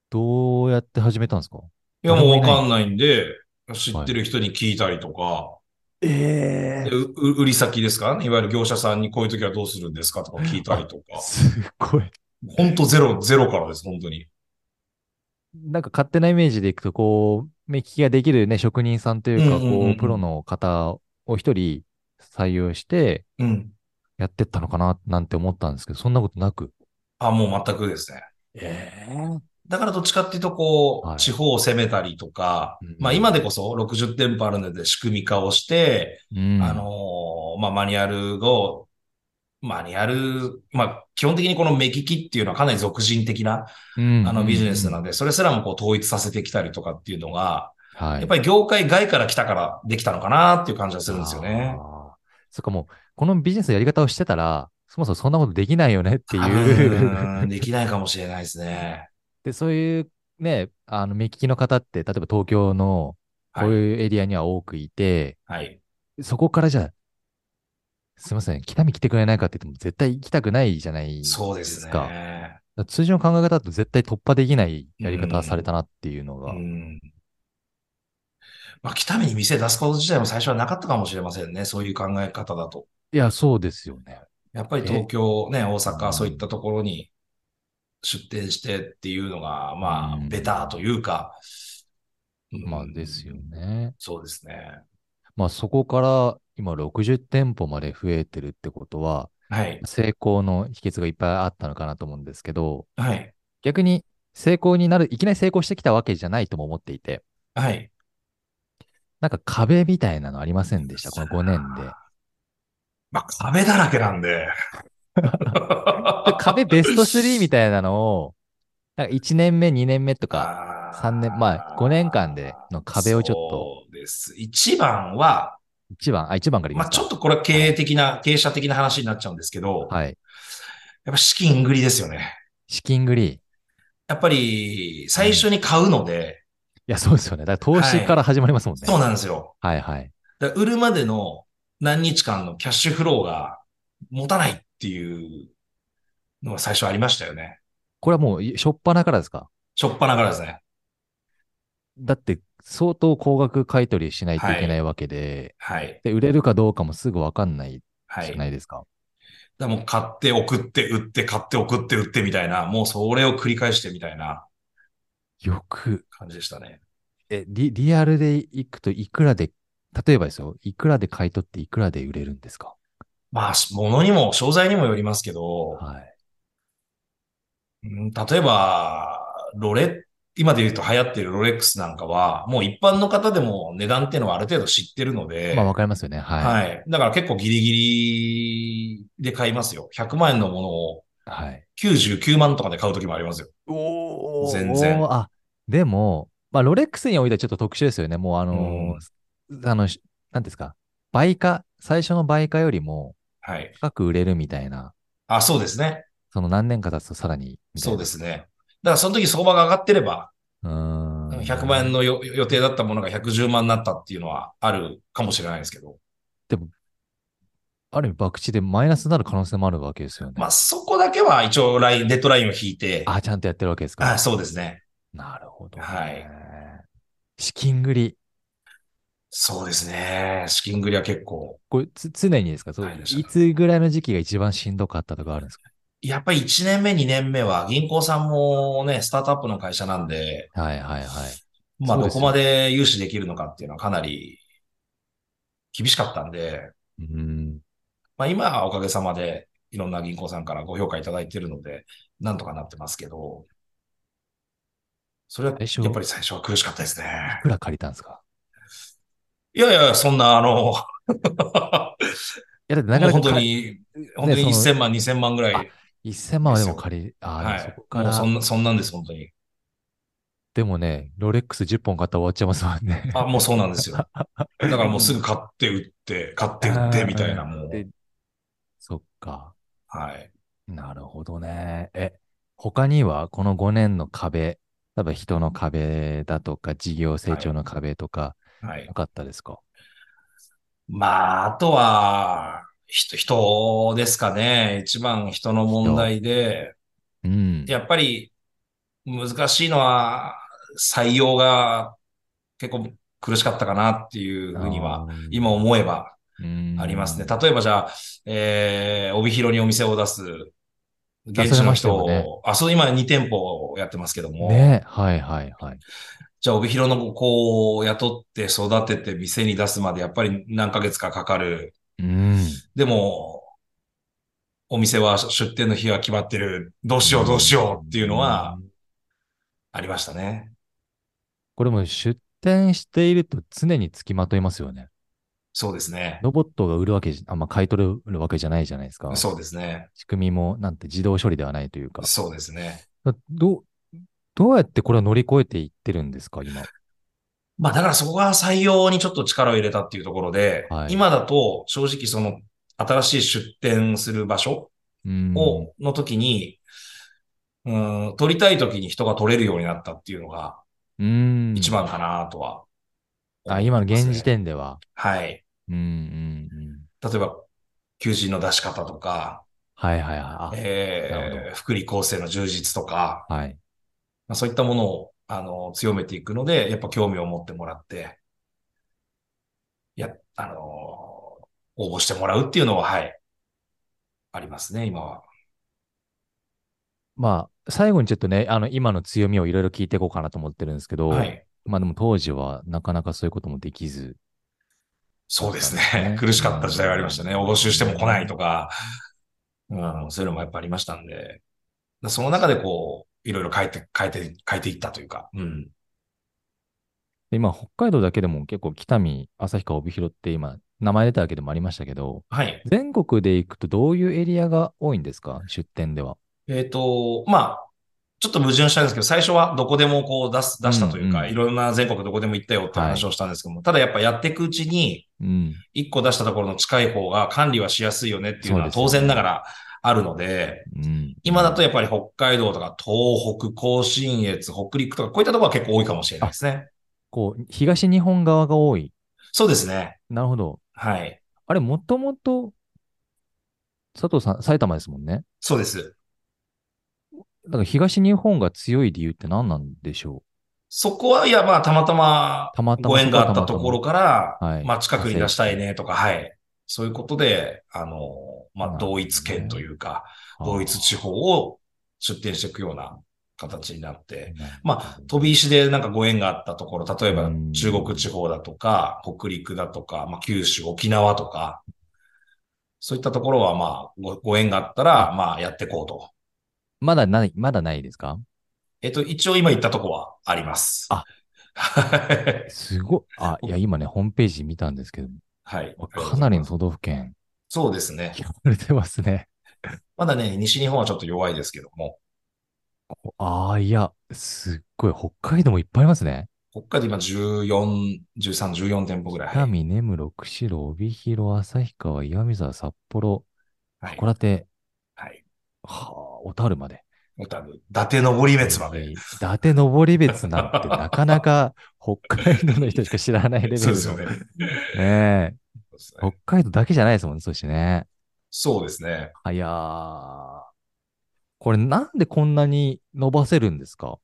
[SPEAKER 1] どうやって始めたんですか
[SPEAKER 2] いや、もう
[SPEAKER 1] 誰もい
[SPEAKER 2] わ
[SPEAKER 1] ない
[SPEAKER 2] かんないんで、知ってる人に聞いたりとか、
[SPEAKER 1] え
[SPEAKER 2] でうう売り先ですかねいわゆる業者さんにこういう時はどうするんですかとか聞いたりとか。
[SPEAKER 1] すごい。
[SPEAKER 2] ほんとゼロ、ゼロからです、本当に。
[SPEAKER 1] なんか勝手なイメージでいくと、こう、目利きができるね、職人さんというか、
[SPEAKER 2] うんうんうんうん
[SPEAKER 1] こう、プロの方を一人採用して
[SPEAKER 2] うん。
[SPEAKER 1] やってったのかな、なんて思ったんですけど、そんなことなく。
[SPEAKER 2] あ、もう全くですね。
[SPEAKER 1] ええ
[SPEAKER 2] だからどっちかっていうと、こう、
[SPEAKER 1] はい
[SPEAKER 2] 地方を攻めたりとか、
[SPEAKER 1] うん
[SPEAKER 2] まあ今でこそ60店舗あるので仕組み化をして、
[SPEAKER 1] うん。
[SPEAKER 2] あのーまあマニュアルを、マニュアル、まあ基本的にこの目利きっていうのはかなり俗人的な、
[SPEAKER 1] うん、
[SPEAKER 2] あのビジネス
[SPEAKER 1] うん
[SPEAKER 2] なので、それすらもこう統一させてきたりとかっていうのが、
[SPEAKER 1] はい。
[SPEAKER 2] やっぱり業界外から来たからできたのかなっていう感じがするんですよね。
[SPEAKER 1] あー。そっかもう、このビジネスのやり方をしてたら、そもそもそんなことできないよねって
[SPEAKER 2] 多
[SPEAKER 1] いう。
[SPEAKER 2] 分できないかもしれないですね。
[SPEAKER 1] で、そういうね、あの、目利きの方って、例えば東京の
[SPEAKER 2] は
[SPEAKER 1] こ
[SPEAKER 2] いう
[SPEAKER 1] いうエリアには多くいて、
[SPEAKER 2] はい。
[SPEAKER 1] そこからじゃあ、すいません、北見来てくれないかって言っても絶対行きたくないじゃないですか。
[SPEAKER 2] そうです
[SPEAKER 1] だか
[SPEAKER 2] ね。
[SPEAKER 1] ら通常の考え方だと絶対突破できないやり方されたなっていうの
[SPEAKER 2] う
[SPEAKER 1] が。
[SPEAKER 2] ん。まあ、北見に店出すこと自体も最初はなかったかもしれませんね。そういう考え方だと。
[SPEAKER 1] いや、そうですよね。
[SPEAKER 2] やっぱり東京、ね、大阪、そういったところに出店してっていうのが、まあ
[SPEAKER 1] う、ん
[SPEAKER 2] ベターというか。うん
[SPEAKER 1] まあですよ。ね。
[SPEAKER 2] そうですね。
[SPEAKER 1] まあそこから今60店舗まで増えてるってことは、
[SPEAKER 2] はい。
[SPEAKER 1] 成功の秘訣がいっぱいあったのかなと思うんですけど、
[SPEAKER 2] はい。
[SPEAKER 1] 逆に成功になる、いきなり成功してきたわけじゃないとも思っていて、
[SPEAKER 2] はい。
[SPEAKER 1] なんか壁みたいなのありませんでした、この5年で。
[SPEAKER 2] まあ、壁だらけなんで。
[SPEAKER 1] で壁ベスト3みたいなのを、なんか1年目、2年目とか、
[SPEAKER 2] あー
[SPEAKER 1] 3年、まあ5年間での壁をちょ
[SPEAKER 2] そうです。一番は、
[SPEAKER 1] っと、1番、あ、1番から言いま
[SPEAKER 2] まあ、
[SPEAKER 1] す
[SPEAKER 2] ち
[SPEAKER 1] か。
[SPEAKER 2] ょっとこれは経営的な、経営者的な話になっちゃうんですけど、
[SPEAKER 1] はい。
[SPEAKER 2] やっぱ資金繰りですよね。
[SPEAKER 1] 資金繰り。い
[SPEAKER 2] やっぱり、最初に買うので、
[SPEAKER 1] や、そうですよね。だから投資から始まりますもんね。
[SPEAKER 2] そうなんですよ。
[SPEAKER 1] はいはい。
[SPEAKER 2] だから売るまでの何日間のキャッシュフローが持たないっていうのが最初ありましたよね。
[SPEAKER 1] これはもう、しょっぱなからですか
[SPEAKER 2] しょっぱなからですね。
[SPEAKER 1] だって、相当高額買い取りしないといけないわけで、
[SPEAKER 2] はい。
[SPEAKER 1] で、売れるかどうかもすぐわかんない
[SPEAKER 2] は
[SPEAKER 1] じ
[SPEAKER 2] い。
[SPEAKER 1] ゃないですか。
[SPEAKER 2] だからもう買って送って売って買って送って売ってみたいな、もうそれを繰り返してみたいな
[SPEAKER 1] よく、
[SPEAKER 2] 感じでしたね。
[SPEAKER 1] え、リ、リアルで行くといくらで、例えばですよ、いくらで買い取っていくらで売れるんですか
[SPEAKER 2] まあ、し物にも、商材にもよりますけど、
[SPEAKER 1] はい。
[SPEAKER 2] うん例えば、ロレ、今で言うと流行っているロレックスなんかは、もう一般の方でも値段っていうのはある程度知ってるので、
[SPEAKER 1] まあ、わかりますよね。はい。
[SPEAKER 2] はい。だから結構ギリギリで買いますよ。100万円のものを
[SPEAKER 1] はい。
[SPEAKER 2] 99万とかで買う時もありますよ。
[SPEAKER 1] お
[SPEAKER 2] ー全然
[SPEAKER 1] あ、でも、まあ、ロレックスにおいてはちょっと特殊ですよね。もう、あのーあの、しなんですか、倍価、最初の倍価よりも
[SPEAKER 2] はい。
[SPEAKER 1] 高く売れるみたいな、
[SPEAKER 2] あ、そうですね。
[SPEAKER 1] その何年か経つとさらにみたい
[SPEAKER 2] そう
[SPEAKER 1] な。
[SPEAKER 2] ですね。だからその時相場が上がってれば、
[SPEAKER 1] うーん。
[SPEAKER 2] 100万円のよ予定だったものが110万になったっていうのはあるかもしれないですけど、
[SPEAKER 1] ある意味、博打でマイナスになる可能性もあるわけですよね。
[SPEAKER 2] まあそこだけは一応ライン、デッドラインを引いて、
[SPEAKER 1] あ、ちゃんとやってるわけです
[SPEAKER 2] あ
[SPEAKER 1] か。
[SPEAKER 2] そうですね。
[SPEAKER 1] なるほど、
[SPEAKER 2] はい。
[SPEAKER 1] 資金繰り。
[SPEAKER 2] そうですね。資金繰りは結構、
[SPEAKER 1] これつ、常にですかそう、
[SPEAKER 2] はい
[SPEAKER 1] い、
[SPEAKER 2] でした
[SPEAKER 1] つぐらいの時期が一番しんどかったとかあるんですか
[SPEAKER 2] やっぱり1年目、2年目は銀行さんもね、スタートアップの会社なんで、
[SPEAKER 1] はいはいはい。
[SPEAKER 2] ま
[SPEAKER 1] そ
[SPEAKER 2] あ
[SPEAKER 1] う
[SPEAKER 2] ど
[SPEAKER 1] です
[SPEAKER 2] こ
[SPEAKER 1] よ
[SPEAKER 2] まで融資できるのかっていうのはかなり厳しかったんで、
[SPEAKER 1] うん。
[SPEAKER 2] まあ今はおかげさまでいろんな銀行さんからご評価いただいてるので、なんとかなってますけど、それは
[SPEAKER 1] 最初
[SPEAKER 2] やっぱり最初は苦しかったですね
[SPEAKER 1] い。くら借りたんですか
[SPEAKER 2] いやいや、そんな あの、
[SPEAKER 1] いや、だってなかなか
[SPEAKER 2] 本当
[SPEAKER 1] 借り
[SPEAKER 2] に、本当に
[SPEAKER 1] ねその
[SPEAKER 2] 1000万、2000万ぐらい。
[SPEAKER 1] 1000万はでも借り、あー
[SPEAKER 2] は
[SPEAKER 1] でも
[SPEAKER 2] い
[SPEAKER 1] そこ。か
[SPEAKER 2] もう
[SPEAKER 1] ら
[SPEAKER 2] そんな、そんなんです、本当に。
[SPEAKER 1] でもね、ロレックス10本買ったら終わっちゃいますもんね。
[SPEAKER 2] あ、もうそうなんですよ。だからもうすぐ買って売って、買って売ってみたいな、
[SPEAKER 1] あー
[SPEAKER 2] もう。
[SPEAKER 1] で そっか。
[SPEAKER 2] はい。
[SPEAKER 1] なるほどね。え、他にはこの5年の壁、例えば人の壁だとか、事業成長の壁とか、
[SPEAKER 2] はい
[SPEAKER 1] な。かったですか、
[SPEAKER 2] まあ、あとは、人、人ですかね。一番人の問題で、
[SPEAKER 1] うん。
[SPEAKER 2] やっぱり難しいのは採用が結構苦しかったかなっていうふうには、
[SPEAKER 1] あー、
[SPEAKER 2] 今思えば
[SPEAKER 1] うん
[SPEAKER 2] ありますね。例えばじゃあ、えー、帯広にお店を出す、現地の人
[SPEAKER 1] 出されましたよね
[SPEAKER 2] を、あ、そう、今2店舗やってますけども、
[SPEAKER 1] ね、はいはいはい。
[SPEAKER 2] じゃあ、帯広の子を雇って育てて店に出すまでやっぱり何ヶ月かかかる。
[SPEAKER 1] うん。
[SPEAKER 2] でも、お店は出店の日は決まってる。どうしようどうしようっていうのは
[SPEAKER 1] ん。
[SPEAKER 2] ありましたね。
[SPEAKER 1] これも出店していると常につきまといますよね。
[SPEAKER 2] そうですね。
[SPEAKER 1] ロボットが売るわけじゃ、あんま買い取るわけじゃないじゃないですか。
[SPEAKER 2] そうですね。
[SPEAKER 1] 仕組みもなんて自動処理ではないというか。
[SPEAKER 2] そうですね。
[SPEAKER 1] だどう、どうやってこれは乗り越えていってるんですか、今。
[SPEAKER 2] まあだからそこが採用にちょっと力を入れたっていうところで、
[SPEAKER 1] はい
[SPEAKER 2] 今だと正直その新しい出店する場所
[SPEAKER 1] うん。
[SPEAKER 2] を、の時に、うん、取りたい時に人が取れるようになったっていうのが
[SPEAKER 1] うん。
[SPEAKER 2] 一番かなとは、
[SPEAKER 1] あ、今の現時
[SPEAKER 2] で。
[SPEAKER 1] 点では。
[SPEAKER 2] はい。
[SPEAKER 1] うんうんうん。
[SPEAKER 2] 例えば、求人の出し方とか、
[SPEAKER 1] はいはいはいなるほ
[SPEAKER 2] えー、福利厚生の充実とか、
[SPEAKER 1] あ。はい。
[SPEAKER 2] まあ、そういったものを、あの、強めていくので、やっぱ興味を持ってもらって、いや、あのー応募してもらうっていうのは、はい、ありますね、今は。
[SPEAKER 1] まあ、最後にちょっとね、あの、今の強みをいろいろ聞いていこうかなと思ってるんですけど、
[SPEAKER 2] はい。
[SPEAKER 1] まあでも当時はなかなかそういうこともできず、
[SPEAKER 2] そうです
[SPEAKER 1] そうです
[SPEAKER 2] ね
[SPEAKER 1] ね。
[SPEAKER 2] 苦しかった時代がありましたね。応募集しても来ないとか、うん、そういうのもやっぱありましたんで、だその中でこう、いろいろ変えて、変えて、変えていったというか、うん。
[SPEAKER 1] で今、北海道だけでも結構北見、旭川、帯広って今、名前出たわけでもありましたけど、
[SPEAKER 2] はい。
[SPEAKER 1] 全国で行くとどういうエリアが多いんですか出店では。
[SPEAKER 2] えっ、と、まあ、ちょっと矛盾したんですけど、最初はどこでもこう出す、出したというか、
[SPEAKER 1] うんうん
[SPEAKER 2] いろんな全国どこでも行ったよって話をしたんですけども、ただやっぱやっていくうちに、
[SPEAKER 1] うん。
[SPEAKER 2] 一個出したところの近い方が管理はしやすいよねっていうのは
[SPEAKER 1] そうで
[SPEAKER 2] 当
[SPEAKER 1] すよね
[SPEAKER 2] 然ながらあるので、
[SPEAKER 1] うん、
[SPEAKER 2] 今だとやっぱり北海道とか東北、甲信越、北陸とか、こういったところは結構多いかもしれないですね。
[SPEAKER 1] こう、東日本側が多い。
[SPEAKER 2] そうですね。
[SPEAKER 1] なるほど。
[SPEAKER 2] はい。
[SPEAKER 1] あれ、もともと、佐藤さん、埼玉ですもんね。
[SPEAKER 2] そうです。
[SPEAKER 1] だから東日本が強い理由って何なんでしょ
[SPEAKER 2] そこは、いや、まあ、たまたま
[SPEAKER 1] うたまたま。
[SPEAKER 2] ご縁があったところ
[SPEAKER 1] か
[SPEAKER 2] から、
[SPEAKER 1] はい
[SPEAKER 2] まあ、近くに出したいねとか、はい。そういうことで、あの、ま
[SPEAKER 1] な
[SPEAKER 2] あ、
[SPEAKER 1] るほどね
[SPEAKER 2] 同一県というか、同一地方を出店していくような形になって、まあ、飛び石でなんかご縁があったところ、例えば
[SPEAKER 1] うん
[SPEAKER 2] 中国地方だとか、北陸だとか、まあ、九州、沖縄とか、そういったところは、まあご、ご縁があったら、まあ、やっていこうと。
[SPEAKER 1] まだない、まだないですか
[SPEAKER 2] えっと、一応今言ったとこはあります。
[SPEAKER 1] あ
[SPEAKER 2] はい。
[SPEAKER 1] すごい。あ、いや、今ね、ホームページ見たんですけど、
[SPEAKER 2] はい。
[SPEAKER 1] かなりの都道府県、
[SPEAKER 2] そうですね。
[SPEAKER 1] 聞かれてますね。
[SPEAKER 2] まだね、西日本はちょっと弱いですけども。
[SPEAKER 1] ああ、いや、すっごい。北海道もいっぱいありますね。
[SPEAKER 2] こっからで今14、13、14店舗ぐらい。
[SPEAKER 1] 北見、根室、釧路、帯広、旭川、岩見沢、札幌、
[SPEAKER 2] はい。
[SPEAKER 1] 函館、
[SPEAKER 2] はい。
[SPEAKER 1] はあ、小樽まで。
[SPEAKER 2] もう多分、伊達登別ま
[SPEAKER 1] えー
[SPEAKER 2] で。
[SPEAKER 1] 伊達登別なんてなかな か北海道の人しか知らないレベルの。
[SPEAKER 2] そうですよね。
[SPEAKER 1] ねえ
[SPEAKER 2] そうですね
[SPEAKER 1] 北海道だけじゃないですもんね、そうしてね。
[SPEAKER 2] そうですね。
[SPEAKER 1] はやー。これなんでこんなに伸ばせるんですか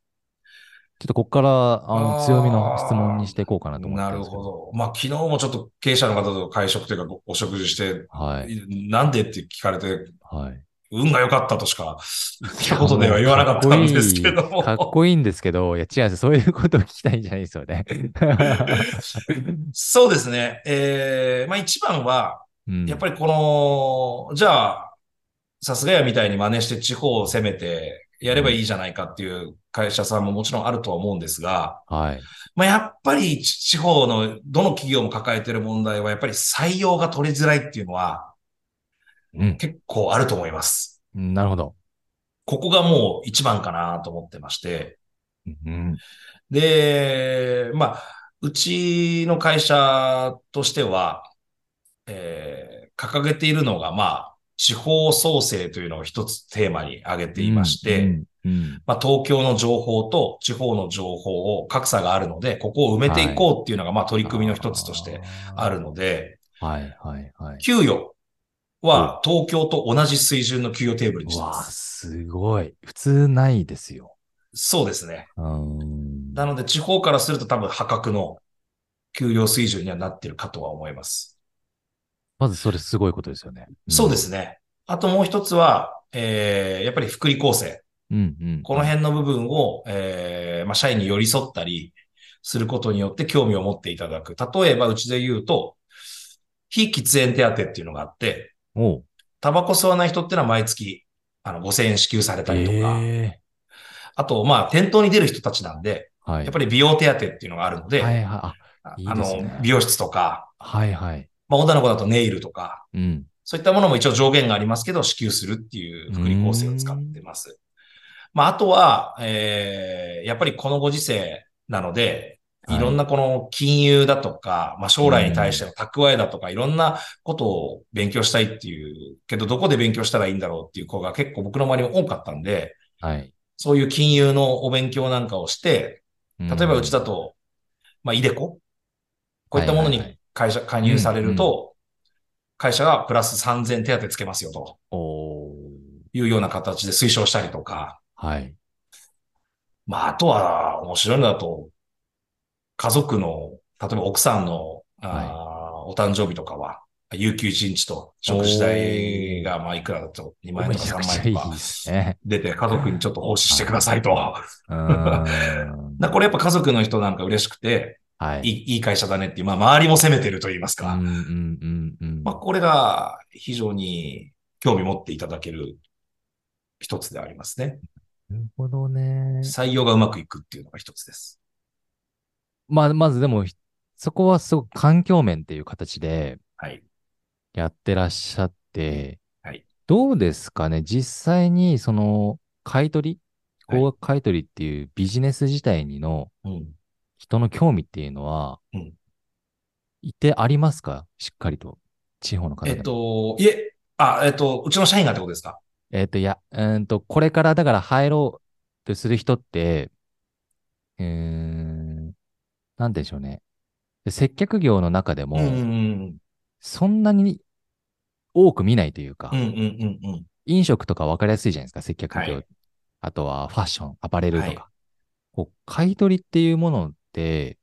[SPEAKER 1] ちょっとここから、あ
[SPEAKER 2] あ
[SPEAKER 1] の、
[SPEAKER 2] ー
[SPEAKER 1] 強みの質問にしていこうかなと思って
[SPEAKER 2] な
[SPEAKER 1] るんで
[SPEAKER 2] る
[SPEAKER 1] すけ
[SPEAKER 2] ほ
[SPEAKER 1] ど。
[SPEAKER 2] ど。まあ、昨日もちょっと経営者の方と会食というかごお食事して、
[SPEAKER 1] はい。
[SPEAKER 2] なんでって聞かれて、
[SPEAKER 1] はい。
[SPEAKER 2] 運が良かったとしか、 一言では言わなかったんですけども。
[SPEAKER 1] かっこいいんですけど、いや、違うんですそういうことを聞きたいんじゃないですよ ね。
[SPEAKER 2] そうですね。えー、まあ一番は、やっぱりこの、じゃあ、さすがやみたいに真似して地方を攻めてやればいいじゃないかっていう会社さんももちろんあるとは思うんですが、
[SPEAKER 1] り。はい。
[SPEAKER 2] まあやっぱりち地方のどの企業も抱えてる問題はやっぱり採用が取りづらいっていうのは
[SPEAKER 1] うん。
[SPEAKER 2] 結構あると思います。
[SPEAKER 1] なるほど。
[SPEAKER 2] ここがもう一番かなと思ってまして、
[SPEAKER 1] うん。
[SPEAKER 2] で、まあ、うちの会社としては、えー掲げているのが、まあ、地方創生というのを一つテーマに挙げていまして、
[SPEAKER 1] うん。うん
[SPEAKER 2] まあ、東京の情報と地方の情報を格差があるので、ここを埋めていこうっていうのが、まあ、取り組みの一つとしてある。ので、
[SPEAKER 1] はい、はい、はい。
[SPEAKER 2] 給与は東京と同じ水準の給与テーブルにし
[SPEAKER 1] う
[SPEAKER 2] てま
[SPEAKER 1] わあ、
[SPEAKER 2] す。
[SPEAKER 1] すごい。普通ないですよ。
[SPEAKER 2] そうですね。
[SPEAKER 1] うーん。
[SPEAKER 2] なので、地方からすると多分破格の給料水準にはなってるかとは思います。
[SPEAKER 1] まずそれすごいことですよね。。
[SPEAKER 2] そうですすね。あともう一つは、えー、やっぱり福利厚生。
[SPEAKER 1] うん、うん。
[SPEAKER 2] この辺の部分を、えー、まあ、社員に寄り添ったりすることによって興味を持っていただく。例えば、うちで言うと、非喫煙手当っていうのがあって、
[SPEAKER 1] おう。
[SPEAKER 2] タバコ吸わない人ってのは毎月、あの、5000円支給されたりとか、
[SPEAKER 1] え
[SPEAKER 2] あと、まあ、店頭に出る人たちなんで、
[SPEAKER 1] ーはい。
[SPEAKER 2] やっぱり美容手当っていうのがあるので、
[SPEAKER 1] はい、はい。あ
[SPEAKER 2] あ
[SPEAKER 1] いい
[SPEAKER 2] あ
[SPEAKER 1] です
[SPEAKER 2] の
[SPEAKER 1] ね、
[SPEAKER 2] 美容室とか、
[SPEAKER 1] はい、はい。
[SPEAKER 2] まあ、女の子だとネイルとか、
[SPEAKER 1] うん。
[SPEAKER 2] そういったものも一応上限がありますけど、支給するっていう福利厚生を使ってます。まあ、あとは、えー、やっぱりこのご時世なので、
[SPEAKER 1] はい
[SPEAKER 2] いろんなこの金融だとか、まあ、将来に対しての蓄えだとか、いろんなことを勉強したいっていう、けどどこで勉強したらいいんだろうっていう子が結構僕の周りも多かったんで、
[SPEAKER 1] はい。
[SPEAKER 2] そういう金融のお勉強なんかをして、
[SPEAKER 1] 例
[SPEAKER 2] 例えばうちだ、と、まあ、イデコこういったもの
[SPEAKER 1] はいはいは
[SPEAKER 2] に
[SPEAKER 1] い
[SPEAKER 2] 会社、加入されると、会社がプラス3000手当つけますよと。
[SPEAKER 1] おー
[SPEAKER 2] いうような形で推奨したりとか、
[SPEAKER 1] はい。
[SPEAKER 2] まあ、あとは面白いのだと、家族の、例えば奥さんの、あーお誕生日とかは、有給1日と食事代が、まあ、いくらだと2万円
[SPEAKER 1] め
[SPEAKER 2] とか
[SPEAKER 1] ちゃ
[SPEAKER 2] 3
[SPEAKER 1] く
[SPEAKER 2] 万
[SPEAKER 1] ちゃい
[SPEAKER 2] 円
[SPEAKER 1] い
[SPEAKER 2] とか
[SPEAKER 1] ですね。
[SPEAKER 2] 出て、家族にちょっと奉仕してくださいと。
[SPEAKER 1] うー ん
[SPEAKER 2] だこれやっぱ家族の人なんか嬉しくて、
[SPEAKER 1] はい。
[SPEAKER 2] いいいい会社だねっていう、まあ、周りも責めてると言いますか。
[SPEAKER 1] うんうんうんうん
[SPEAKER 2] まあ、これが非常に興味持っていただける一つでありますね。
[SPEAKER 1] なるほどね。
[SPEAKER 2] 採用がうまくいくっていうのが一つです。
[SPEAKER 1] まあ、まずでも、ひそこはすごく環境面っていう形で
[SPEAKER 2] はい。
[SPEAKER 1] やってらっしゃって、
[SPEAKER 2] はい
[SPEAKER 1] どうですかね実際に、その、買い取り、
[SPEAKER 2] はい
[SPEAKER 1] 高額買い取りっていうビジネス自体にの
[SPEAKER 2] うん。
[SPEAKER 1] 人の興味っていうのは、
[SPEAKER 2] うん
[SPEAKER 1] いてありますかしっかりと。地方の方
[SPEAKER 2] え
[SPEAKER 1] でも
[SPEAKER 2] っと、いえ、あ、えっと、うちの社員がってことですか
[SPEAKER 1] えっと、いや、うーんと、これからだから入ろうとする人って、うーん、なんでしょうね。接客業の中でも、
[SPEAKER 2] うんうん
[SPEAKER 1] そんなに多く見ないというか、
[SPEAKER 2] うん。うんうんうん
[SPEAKER 1] 飲食とか分かりやすいじゃないですか、接客業。
[SPEAKER 2] はい
[SPEAKER 1] あとはファッション、アパレルとか。
[SPEAKER 2] はい
[SPEAKER 1] こう買い取りっていうものって、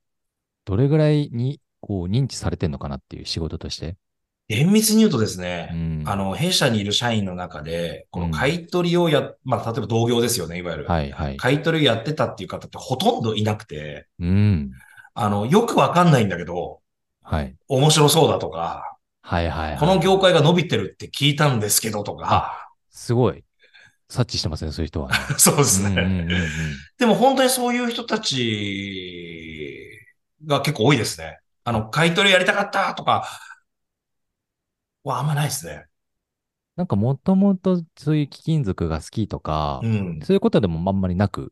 [SPEAKER 1] どれぐらいにこう認知されてんのかなっていう仕事として。
[SPEAKER 2] 厳密に言うとです
[SPEAKER 1] う
[SPEAKER 2] ね、
[SPEAKER 1] ん、
[SPEAKER 2] あの、弊社にいる社員の中で、こ
[SPEAKER 1] う
[SPEAKER 2] の
[SPEAKER 1] ん
[SPEAKER 2] 買い取りをや、まあ、例えば同業ですよね、いわゆる。
[SPEAKER 1] はいはい。
[SPEAKER 2] 買い取りをやってたっていう方ってほとんどいなくて、
[SPEAKER 1] うん。
[SPEAKER 2] あの、よくわかんないんだけど、
[SPEAKER 1] はい。
[SPEAKER 2] 面白そうだとか、
[SPEAKER 1] はいはい、はい。
[SPEAKER 2] この業界が伸びてるって聞いたんですけどとか、
[SPEAKER 1] すごい。察知してますね、そういう人は、ね。
[SPEAKER 2] そうですね。
[SPEAKER 1] うんうんうんうん
[SPEAKER 2] でも本当にそういう人たちが結構多いですね。あの、買い取りやりたかったとかはあんまないですね。
[SPEAKER 1] なんかもともとそういう貴金属が好きとか、
[SPEAKER 2] うん。
[SPEAKER 1] そういうことでもあんまりなく。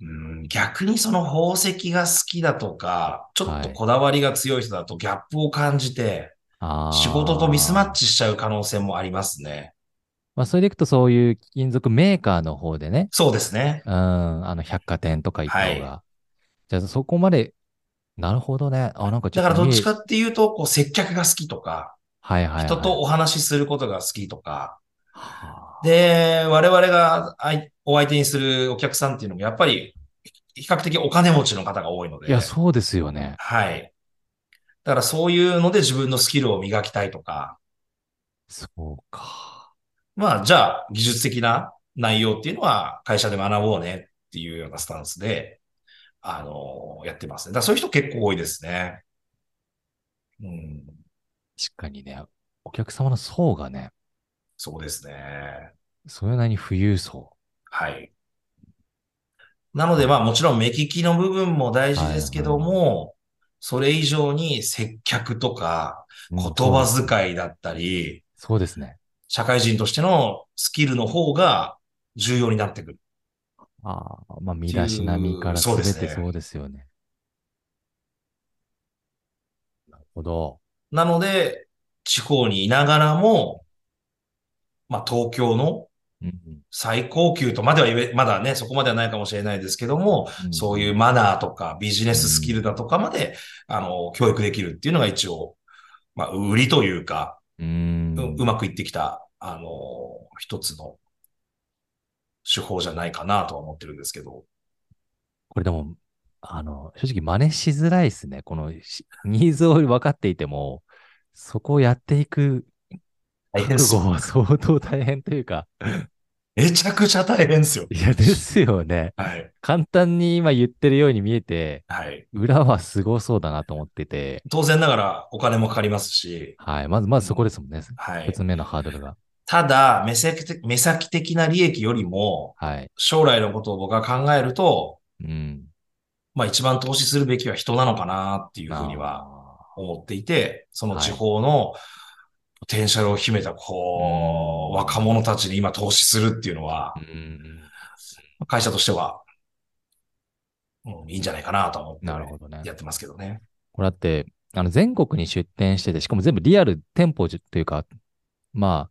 [SPEAKER 2] うん逆にその宝石が好きだとか、ちょっとこだわりが強い人だとギャップを感じて、
[SPEAKER 1] あー
[SPEAKER 2] 仕事とミスマッチしちゃう可能性もありますね。
[SPEAKER 1] まあ、それでいくとそういう金属メーカーの方でね、
[SPEAKER 2] そうですね。
[SPEAKER 1] うん、あの百貨店とか行った方が。
[SPEAKER 2] は
[SPEAKER 1] じゃあそこまで、なるほどね。あ、なんかちょ
[SPEAKER 2] だ
[SPEAKER 1] っと
[SPEAKER 2] からどっち
[SPEAKER 1] 見え
[SPEAKER 2] かっていうと、こう接客が好きとか、
[SPEAKER 1] はいはいはい、
[SPEAKER 2] 人とお話しすることが好きとか、
[SPEAKER 1] はあ
[SPEAKER 2] で、我々があいお相手にするお客さんっていうのもやっぱり比較的お金持ちの方が多いので。
[SPEAKER 1] いや、そうですよね。
[SPEAKER 2] はい。だからそういうので自分のスキルを磨きたいとか、
[SPEAKER 1] そうか。
[SPEAKER 2] まあじゃあ技術的な内容っていうのは会社で学ぼうねっていうようなスタンスで、あのやってますね。だからそういう人結構多いですね。うん、
[SPEAKER 1] 確かにね、お客様の層がね、
[SPEAKER 2] そうですね。
[SPEAKER 1] それなりに富裕層。
[SPEAKER 2] はい。なので、まあもちろん目利きの部分も大事ですけども、それ以上に接客とか、
[SPEAKER 1] うん
[SPEAKER 2] 言葉遣いだったり、
[SPEAKER 1] そうですね。
[SPEAKER 2] 社会人としてのスキルの方が重要になってくる。
[SPEAKER 1] ああ、まあ、身だしなみから
[SPEAKER 2] そう
[SPEAKER 1] 全
[SPEAKER 2] ですね
[SPEAKER 1] てそうですよね。なるほど。
[SPEAKER 2] なので、地方にいながらも、まあ東京の
[SPEAKER 1] うん
[SPEAKER 2] 最高級とまでは言え、まだね、そこまではないかもしれないですけども、そういうマナーとかビジネススキルだとかまで、あの、教育できるっていうのが一応、まあ、売りというか、
[SPEAKER 1] うん。
[SPEAKER 2] う
[SPEAKER 1] うん
[SPEAKER 2] うまくいってきた、あの、一つの手法じゃないかなとは思ってるんですけど。
[SPEAKER 1] これでも、あの、正直真似しづらいですね。このしニーズを分かっていても、そこをやっていく
[SPEAKER 2] 大変
[SPEAKER 1] 覚
[SPEAKER 2] です
[SPEAKER 1] 悟。は相当大変というか、
[SPEAKER 2] めちゃくちゃ大変ですよ。
[SPEAKER 1] いや、ですよね。
[SPEAKER 2] はい。
[SPEAKER 1] 簡単に今言ってるように見えて、
[SPEAKER 2] はい。
[SPEAKER 1] 裏はすごそうだなと思ってて、
[SPEAKER 2] 当然ながらお金もかかりますし、
[SPEAKER 1] はい。まず、まずそこですもんね。
[SPEAKER 2] は
[SPEAKER 1] 一
[SPEAKER 2] い
[SPEAKER 1] つ。目のハードルが。
[SPEAKER 2] ただ、目先的目先的な利益よりも、
[SPEAKER 1] はい。
[SPEAKER 2] 将来のことを僕は考えると、
[SPEAKER 1] うん。
[SPEAKER 2] まあ一番投資するべきは人なのかなっていうふうには
[SPEAKER 1] あ
[SPEAKER 2] 思っていて、その地方のポテンシャルを秘めた、こう、
[SPEAKER 1] うん
[SPEAKER 2] 若者たちに今投資するっていうのは
[SPEAKER 1] ー。、うん。
[SPEAKER 2] 会社としては、うん、いいんじゃないかなと思って、
[SPEAKER 1] なるほどね。
[SPEAKER 2] やってますけどね。
[SPEAKER 1] これだって、あの全国に出店してて、しかも全部リアル店舗じというか、まあ、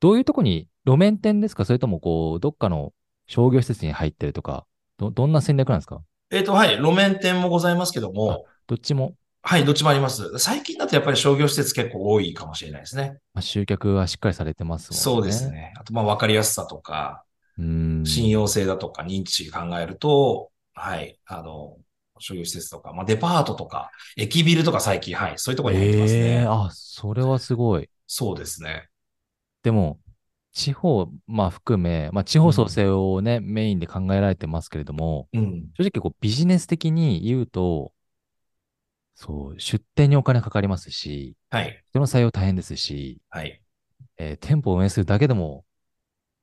[SPEAKER 1] どういうとこに、路面店ですかそれともこう、どっかの商業施設に入ってるとか、ど、どんな戦略なんですか
[SPEAKER 2] えっ、と、はい、路面店もございますけども、
[SPEAKER 1] どっちも、
[SPEAKER 2] はい、どっちもあります。最近だとやっぱり商業施設結構多いかもしれないですね。
[SPEAKER 1] まあ、集客はしっかりされてます
[SPEAKER 2] そ
[SPEAKER 1] も
[SPEAKER 2] うん
[SPEAKER 1] ね。
[SPEAKER 2] です。ね。あと、まあ、わかりやすさとか、
[SPEAKER 1] うーん。
[SPEAKER 2] 信用性だとか、認知考えると、はい、あの、商業施設とか、まあ、デパートとか、駅ビルとか最近、はい、そういうところに入ってます
[SPEAKER 1] ええ
[SPEAKER 2] ね。
[SPEAKER 1] あ、それはすごい。
[SPEAKER 2] そうですね。
[SPEAKER 1] でも、地方、まあ含め、まあ地方創生をね、メインで考えられてますけれども、
[SPEAKER 2] うん。
[SPEAKER 1] 正直こうビジネス的に言うと、そう、出店にお金かかりますし、
[SPEAKER 2] はい、
[SPEAKER 1] 人の採用大変ですし、
[SPEAKER 2] はい。
[SPEAKER 1] えー店舗を運営するだけでも、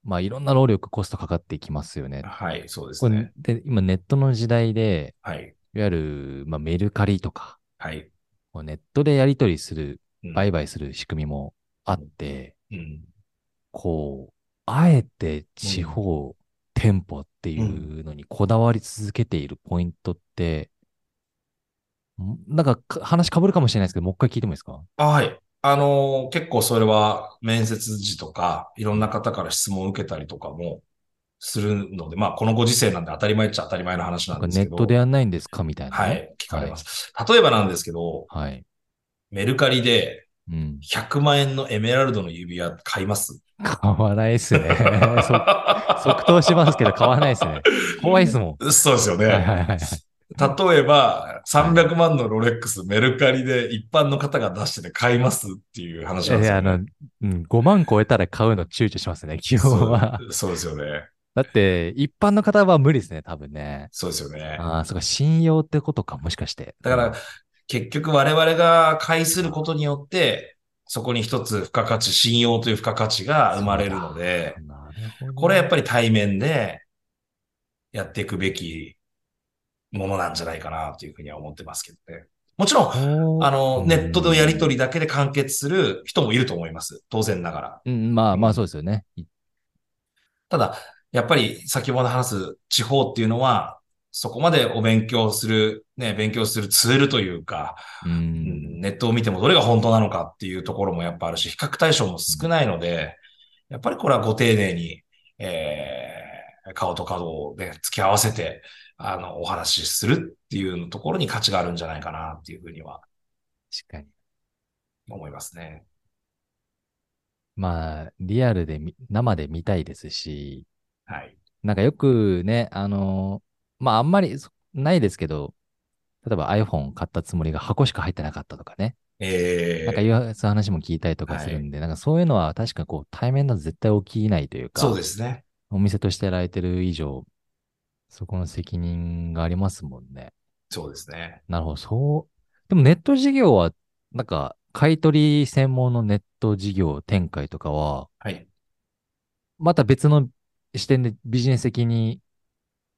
[SPEAKER 1] まあいろんな労力、コストかかってきますよね。
[SPEAKER 2] はい、そうです
[SPEAKER 1] こ
[SPEAKER 2] ね
[SPEAKER 1] れ。で今ネットの時代で、
[SPEAKER 2] はい、
[SPEAKER 1] いわゆる、まあ、メルカリとか、
[SPEAKER 2] はい。
[SPEAKER 1] こうネットでやり取りする、
[SPEAKER 2] うん
[SPEAKER 1] 売買する仕組みもあって、
[SPEAKER 2] うん。
[SPEAKER 1] こう、あえて地方、店舗っていうのにこだわり続けているポイントって、んなんかか話かぶるかもしれないですけど、もう一回聞いてもいいですか
[SPEAKER 2] あ、はい。あの、結構それは面接時とか、いろんな方から質問を受けたりとかもするので、まあ、このご時世なんで当たり前っちゃ当たり前の話な
[SPEAKER 1] なんんか
[SPEAKER 2] です
[SPEAKER 1] ネ
[SPEAKER 2] けど。
[SPEAKER 1] ットでやんないんですかみたいな
[SPEAKER 2] は
[SPEAKER 1] ね、
[SPEAKER 2] い、聞かれます。例えばなんですけど、
[SPEAKER 1] はい。
[SPEAKER 2] メルカリで
[SPEAKER 1] うん。
[SPEAKER 2] 100万円のエメラルドの指輪買います
[SPEAKER 1] 買わないですね。 即即答しますけど、買わないですね。怖いですも
[SPEAKER 2] そうですよ
[SPEAKER 1] ん。はい
[SPEAKER 2] ね。
[SPEAKER 1] はいはい。
[SPEAKER 2] 例えば、300万のロレックスメルカリで一般の方が出してて買いますっていう話なん
[SPEAKER 1] い
[SPEAKER 2] です
[SPEAKER 1] や、あ
[SPEAKER 2] よ、
[SPEAKER 1] の、
[SPEAKER 2] ね。
[SPEAKER 1] うん、5万超えたら買うの躊躇しますね、基本は。
[SPEAKER 2] そうそうですよね。
[SPEAKER 1] だって、一般の方は無理ですね、多分ね。
[SPEAKER 2] そうですよね。
[SPEAKER 1] ああ、そうか、信用ってことか、もしかして。
[SPEAKER 2] だか
[SPEAKER 1] うん
[SPEAKER 2] ら、、結局我々が介することによって、そこに一つ付加価値、信用という付加価値が生まれるので、
[SPEAKER 1] そうだ、なるほど
[SPEAKER 2] これやっぱり対面でやっていくべきものなんじゃないかなというふうには思ってますけどね。もちろん、あの、ネットでやり取りだけで完結する人もいると思います。当然ながら。
[SPEAKER 1] り。うん、まあまあそうですよね。い
[SPEAKER 2] ただ、やっぱり先ほど話す地方っていうのは、そこまでお勉強する、ね、勉強するツールというか、
[SPEAKER 1] う。
[SPEAKER 2] うんんネットを見てもどれが本当なのかっていうところもやっぱあるし、比較対象も少ないので、やっぱりこれはご丁寧に、えー顔と顔で付き合わせて、あの、お話しするっていうところに価値があるんじゃないかなっていうふうには
[SPEAKER 1] 確かに。
[SPEAKER 2] 思いますね。
[SPEAKER 1] まあ、リアルで見、生で見たいですし、
[SPEAKER 2] はい。
[SPEAKER 1] なんかよくね、あのーまああんまりそないですけど、例えば iPhone 買ったつもりが箱しか入ってなかったとかね、
[SPEAKER 2] え
[SPEAKER 1] なんか
[SPEAKER 2] ー、
[SPEAKER 1] いうそういう話も聞いたりとかするんで、なんかそういうのは確かこう対面だと絶対起きないというか、
[SPEAKER 2] そうですね。
[SPEAKER 1] お店としてやられてる以上、そこの責任がありますもんね。
[SPEAKER 2] そうですね。
[SPEAKER 1] なるほど、そう。でもネット事業は、なんか買い取り専門のネット事業展開とかは、
[SPEAKER 2] はい。
[SPEAKER 1] また別の視点でビジネス的に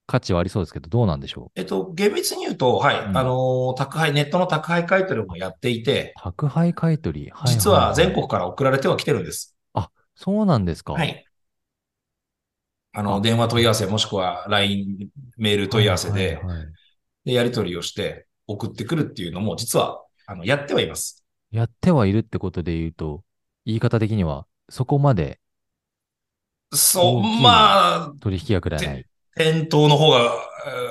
[SPEAKER 1] 価値はありそうですけど、どうなんでしょう
[SPEAKER 2] えっと、厳密に言うと、はい、
[SPEAKER 1] うん
[SPEAKER 2] あの、宅配、ネットの宅配買い取りもやっていて、
[SPEAKER 1] 宅配買い取り。いいい
[SPEAKER 2] 実は全国から送られては来てるんです。
[SPEAKER 1] そうなんですか。
[SPEAKER 2] はい。あの、電話問い合わせ、もしくは LINE、メール問い合わせで、
[SPEAKER 1] はいはいはい
[SPEAKER 2] でやり取りをして送ってくるっていうのも、実は、あの、やってはいます。
[SPEAKER 1] やってはいるってことで言うと、言い方的には、そこまで
[SPEAKER 2] そう、
[SPEAKER 1] 大きい
[SPEAKER 2] まあ、
[SPEAKER 1] 取引額ではない。
[SPEAKER 2] 店頭の方が、え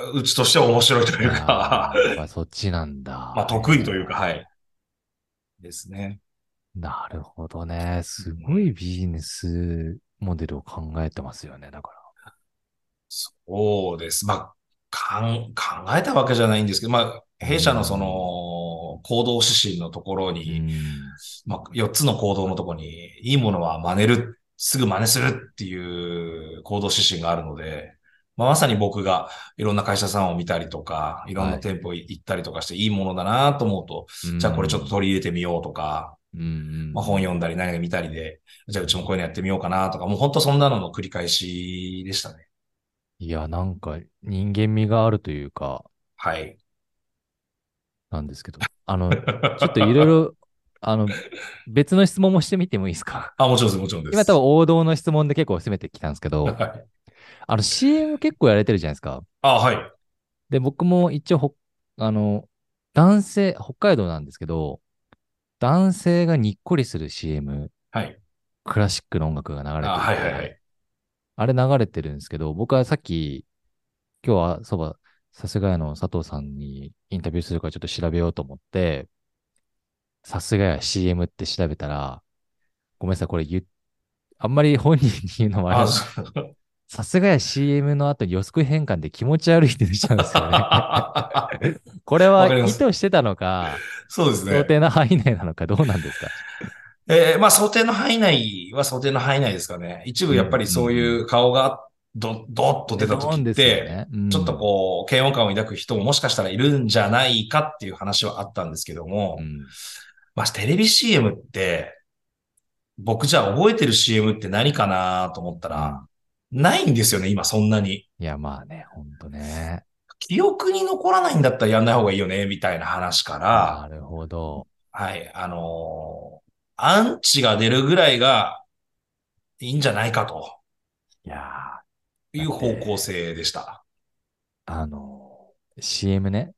[SPEAKER 2] ーうちとしては面白いという
[SPEAKER 1] あ
[SPEAKER 2] か、
[SPEAKER 1] ーやっぱそっちなんだ。
[SPEAKER 2] まあ、得意というか、はい。ですね。
[SPEAKER 1] なるほどね。すごいビジネスモデルを考えてますよね。だか
[SPEAKER 2] そうです。まあ、かん、考えたわけじゃないんですけど、まあ、弊社のその、行動指針のところ
[SPEAKER 1] ら。う
[SPEAKER 2] に、
[SPEAKER 1] ん
[SPEAKER 2] まあ、4つの行動のところに、いいものは真似る、すぐ真似するっていう行動指針があるので、まあ、まさに僕がいろんな会社さんを見たりとか、いろんな店舗行ったりとかして、いいものだなと思うと、じゃあこれちょっと、取り入れてみようとか、
[SPEAKER 1] うんうん
[SPEAKER 2] まあ、本読んだり何か見たりで、じゃあうちもこういうのやってみようかなとか、もう本当そんなのの繰り返しでしたね。
[SPEAKER 1] いや、なんか人間味があるというか、
[SPEAKER 2] はい。
[SPEAKER 1] なんですけ ど。あ の、ちょっといろいろ、あの、別の質問もしてみてもいいですか
[SPEAKER 2] あ、もちろんです、もちろんです。
[SPEAKER 1] 今多分王道の質問で結構攻めてきたんですけど、
[SPEAKER 2] はい。
[SPEAKER 1] あの CM 結構やられてるじゃないですか。
[SPEAKER 2] あ、はい。
[SPEAKER 1] で、僕も一応ほ、あの、男性、北海道なんですけど、男性がにっこりする CM、
[SPEAKER 2] はい。
[SPEAKER 1] クラシックの音楽が流れてる
[SPEAKER 2] あ、はい、はい、はい。
[SPEAKER 1] あれ流れてるんですけど、僕はさっき、今日はそば、さすがやの佐藤さんにインタビューするからちょっと調べようと思って、さすがや CM って調べたら、ごめんなさい、これ言っ、あんまり本人に言うのもあれなん
[SPEAKER 2] あ、
[SPEAKER 1] ですけど
[SPEAKER 2] そう
[SPEAKER 1] さすがや CM の後に予測変換で気持ち悪いって出ちゃうんですよね。これ
[SPEAKER 2] わ
[SPEAKER 1] は
[SPEAKER 2] かり
[SPEAKER 1] 意
[SPEAKER 2] ます
[SPEAKER 1] 図してたのか、
[SPEAKER 2] そうです
[SPEAKER 1] 想
[SPEAKER 2] ね。
[SPEAKER 1] 定の範囲内なのかどうなんですか
[SPEAKER 2] えーまあ想定の範囲内は想定の範囲内ですかね。一部やっぱりそういう顔がど、どっと出た
[SPEAKER 1] と
[SPEAKER 2] 時っ
[SPEAKER 1] ですよ
[SPEAKER 2] て、
[SPEAKER 1] ね。うん
[SPEAKER 2] ちょっとこう、嫌悪感を抱く人ももしかしたらいるんじゃないかっていう話はあったんですけども、
[SPEAKER 1] うん
[SPEAKER 2] まあテレビ CM って、僕じゃあ覚えてる CM って何かなと思ったら、ないんですよね、今そんなに。
[SPEAKER 1] いや、まあね、ほんとね。
[SPEAKER 2] 記憶に残らないんだったらやんない方がいいよね、みたいな話から、
[SPEAKER 1] なるほど。
[SPEAKER 2] はい、あのーアンチが出るぐらいがいいんじゃないかと
[SPEAKER 1] いや
[SPEAKER 2] いう方向性でした。
[SPEAKER 1] ーあのー CM ね、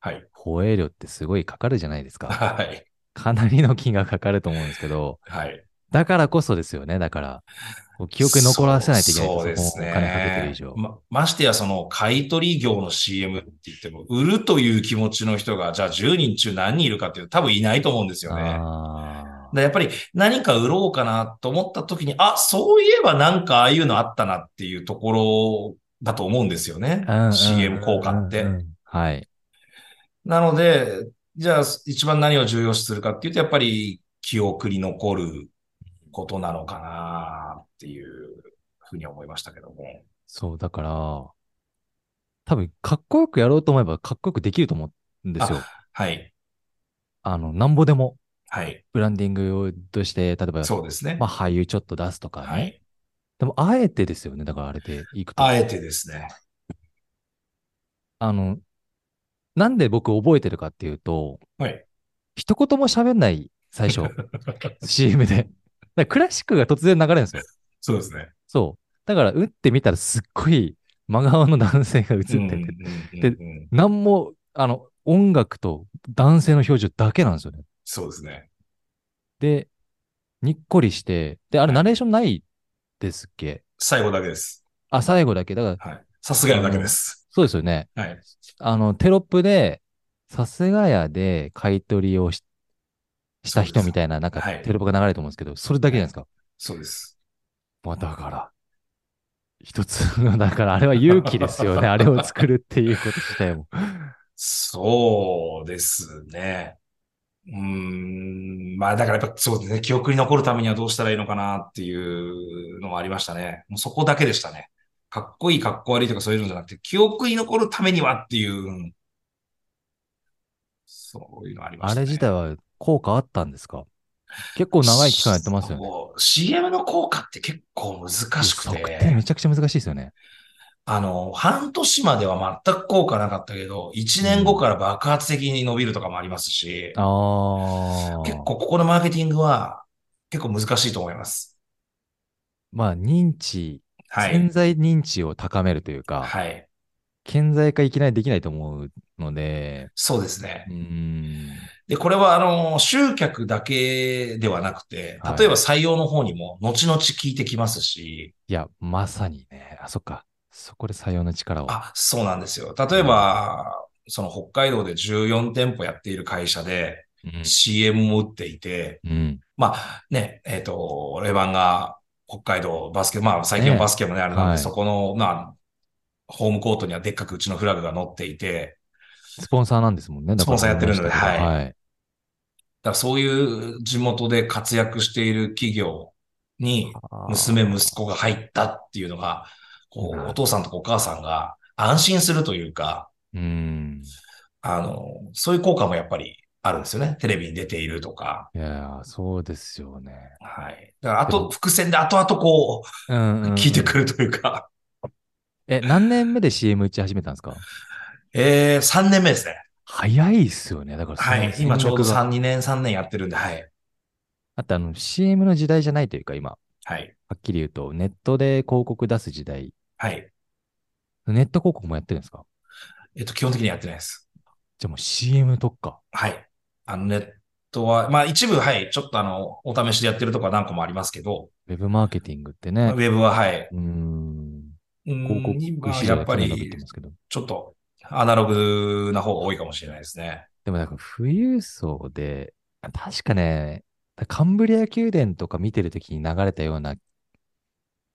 [SPEAKER 2] はい。
[SPEAKER 1] 放映料ってすごいかかるじゃないですか。
[SPEAKER 2] はい。
[SPEAKER 1] かなりの金額かかると思うんですけど、
[SPEAKER 2] はい。
[SPEAKER 1] だからこそですよね。だから、こう記憶に残らせないといけない
[SPEAKER 2] そう
[SPEAKER 1] と
[SPEAKER 2] そうです
[SPEAKER 1] このお金かけてる以
[SPEAKER 2] ね
[SPEAKER 1] 上。
[SPEAKER 2] ま。ましてや、その買取業の CM って言っても、売るという気持ちの人が、じゃあ10人中何人いるかっていうと多分いないと思うんですよね。
[SPEAKER 1] あー
[SPEAKER 2] でやっぱり何か売ろうかなと思った時に、あ、そういえばなんかああいうのあったなっていうところだと思うんですよね。
[SPEAKER 1] うんうんうんうん
[SPEAKER 2] CM 効果って。
[SPEAKER 1] はい。
[SPEAKER 2] なので、じゃあ一番何を重要視するかっていうと、やっぱり記憶に残ることなのかなっていうふうに思いましたけども。
[SPEAKER 1] そう、だから、多分、かっこよくやろうと思えば、かっこよくできると思うんですよ。
[SPEAKER 2] はい。
[SPEAKER 1] あの、なんぼでも、
[SPEAKER 2] はい。
[SPEAKER 1] ブランディングとして、例えば、
[SPEAKER 2] そうですね。
[SPEAKER 1] まあ、俳優ちょっと出すとかね。
[SPEAKER 2] はい。
[SPEAKER 1] でも、あえてですよね。だから、あれでいくと。
[SPEAKER 2] あえてですね。
[SPEAKER 1] あの、なんで僕覚えてるかっていうと、
[SPEAKER 2] はい。
[SPEAKER 1] 一言も喋んない、最初、CM で。だからクラシックが突然流れるんですよ。
[SPEAKER 2] そうですね。
[SPEAKER 1] そう。だから打ってみたらすっごい真顔の男性が映ってて、
[SPEAKER 2] てて。
[SPEAKER 1] なんも、あの、音楽と男性の表情だけなんですよね。
[SPEAKER 2] そうですね。
[SPEAKER 1] で、にっこりして、で、あれナレーションないですっけ
[SPEAKER 2] 最後だけです。
[SPEAKER 1] あ、最後だけ、だから、
[SPEAKER 2] はい。さすがやだけです。
[SPEAKER 1] そうですよね。
[SPEAKER 2] はい。
[SPEAKER 1] あの、テロップで、さすがやで買い取りをしした人みたいな、なんか
[SPEAKER 2] はい
[SPEAKER 1] テロップが流れると思うんですけど、それだけじゃないですか。
[SPEAKER 2] そうです。
[SPEAKER 1] まあだから、一つの、だからあれは勇気です よね。あれを作るっていうこと自体も。
[SPEAKER 2] そうですね。うーん。まあ、だからやっぱそうですね。記憶に残るためにはどうしたらいいのかなっていうのはありましたね。もうそこだけでしたね。かっこいい、かっこ悪いとかそういうのじゃなくて、記憶に残るためにはっていう、うんそういうのありまし
[SPEAKER 1] あ
[SPEAKER 2] た
[SPEAKER 1] れ
[SPEAKER 2] ね。
[SPEAKER 1] 自体は効果あったんですか結構長い期間やってますよね。
[SPEAKER 2] そう CM の効果って結構難しく
[SPEAKER 1] 測
[SPEAKER 2] て。
[SPEAKER 1] 定めちゃくちゃ難しいですよね。
[SPEAKER 2] あの、半年までは全く効果なかったけど、1年後から爆発的に伸びるとかもありますし、
[SPEAKER 1] ああ。
[SPEAKER 2] 結構ここのマーケティングは結構難しいと思います。
[SPEAKER 1] まあ認知、
[SPEAKER 2] はい。
[SPEAKER 1] 潜在認知を高めるというか、
[SPEAKER 2] はい。
[SPEAKER 1] 顕在化いきなりできないと思うので、
[SPEAKER 2] そうですね
[SPEAKER 1] う。ーん。
[SPEAKER 2] で、これはあの、集客だけではなくて
[SPEAKER 1] は、い
[SPEAKER 2] 例えば採用の方にも後々効いてきますし、
[SPEAKER 1] いや、まさにね。あ、そっか。そこで採用の力を。
[SPEAKER 2] あ、そうなんですよ。例えば、その北海道で14店舗やっている会社で
[SPEAKER 1] うん。
[SPEAKER 2] CM も打っていて、
[SPEAKER 1] うん。
[SPEAKER 2] まあね、えっ、と、レバンが北海道バスケ、まあ最近はバスケもね、あれなんで、
[SPEAKER 1] はい
[SPEAKER 2] そこの、まあ、ホームコートにはでっかくうちのフラグが乗っていて、
[SPEAKER 1] スポンサーなんですもんね。だから
[SPEAKER 2] スポンサーやってるので
[SPEAKER 1] こ話したけど
[SPEAKER 2] は
[SPEAKER 1] はい。
[SPEAKER 2] だからそういう地元で活躍している企業に
[SPEAKER 1] あー
[SPEAKER 2] 娘、息子が入ったっていうのが、こ
[SPEAKER 1] なるほ
[SPEAKER 2] う、
[SPEAKER 1] ど
[SPEAKER 2] お父さんとかお母さんが安心するというか、
[SPEAKER 1] うーん。
[SPEAKER 2] あの、そういう効果もやっぱりあるんですよね。テレビに出ているとか。
[SPEAKER 1] いやー、そうですよね。
[SPEAKER 2] はい。だから、あと、伏線で後々こ
[SPEAKER 1] うん
[SPEAKER 2] う、
[SPEAKER 1] うんうん
[SPEAKER 2] 聞いてくるというか、
[SPEAKER 1] え、何年目で CM 打ち始めたんですか
[SPEAKER 2] えー、3年目ですね。
[SPEAKER 1] 早いっすよね。だからその
[SPEAKER 2] はい。今ちょうど
[SPEAKER 1] 戦略が
[SPEAKER 2] 3、2年、3年やってるんで、はい。
[SPEAKER 1] あとあの、CM の時代じゃないというか、今、は
[SPEAKER 2] はい。
[SPEAKER 1] っきり言うと、ネットで広告出す時代、
[SPEAKER 2] はい。
[SPEAKER 1] ネット広告もやってるんですか
[SPEAKER 2] えっと、基本的にやってないです。
[SPEAKER 1] じゃあもう CM 特化。
[SPEAKER 2] はい。あの、ネットは、まあ一部、はい、ちょっとあの、お試しでやってるとこは何個もありますけど、
[SPEAKER 1] ウェブマーケティングって
[SPEAKER 2] ウ
[SPEAKER 1] ね。
[SPEAKER 2] ェブは、はい。
[SPEAKER 1] うーん。
[SPEAKER 2] うん
[SPEAKER 1] 広告
[SPEAKER 2] 今
[SPEAKER 1] 市場
[SPEAKER 2] やっ
[SPEAKER 1] が
[SPEAKER 2] ぱ
[SPEAKER 1] かなり伸び
[SPEAKER 2] り
[SPEAKER 1] て、ますけど。
[SPEAKER 2] ちょっと、アナログな方が多いかもしれないですね。
[SPEAKER 1] でもなんか富裕層で、確かね、カンブリア宮殿とか見てるときに流れたような、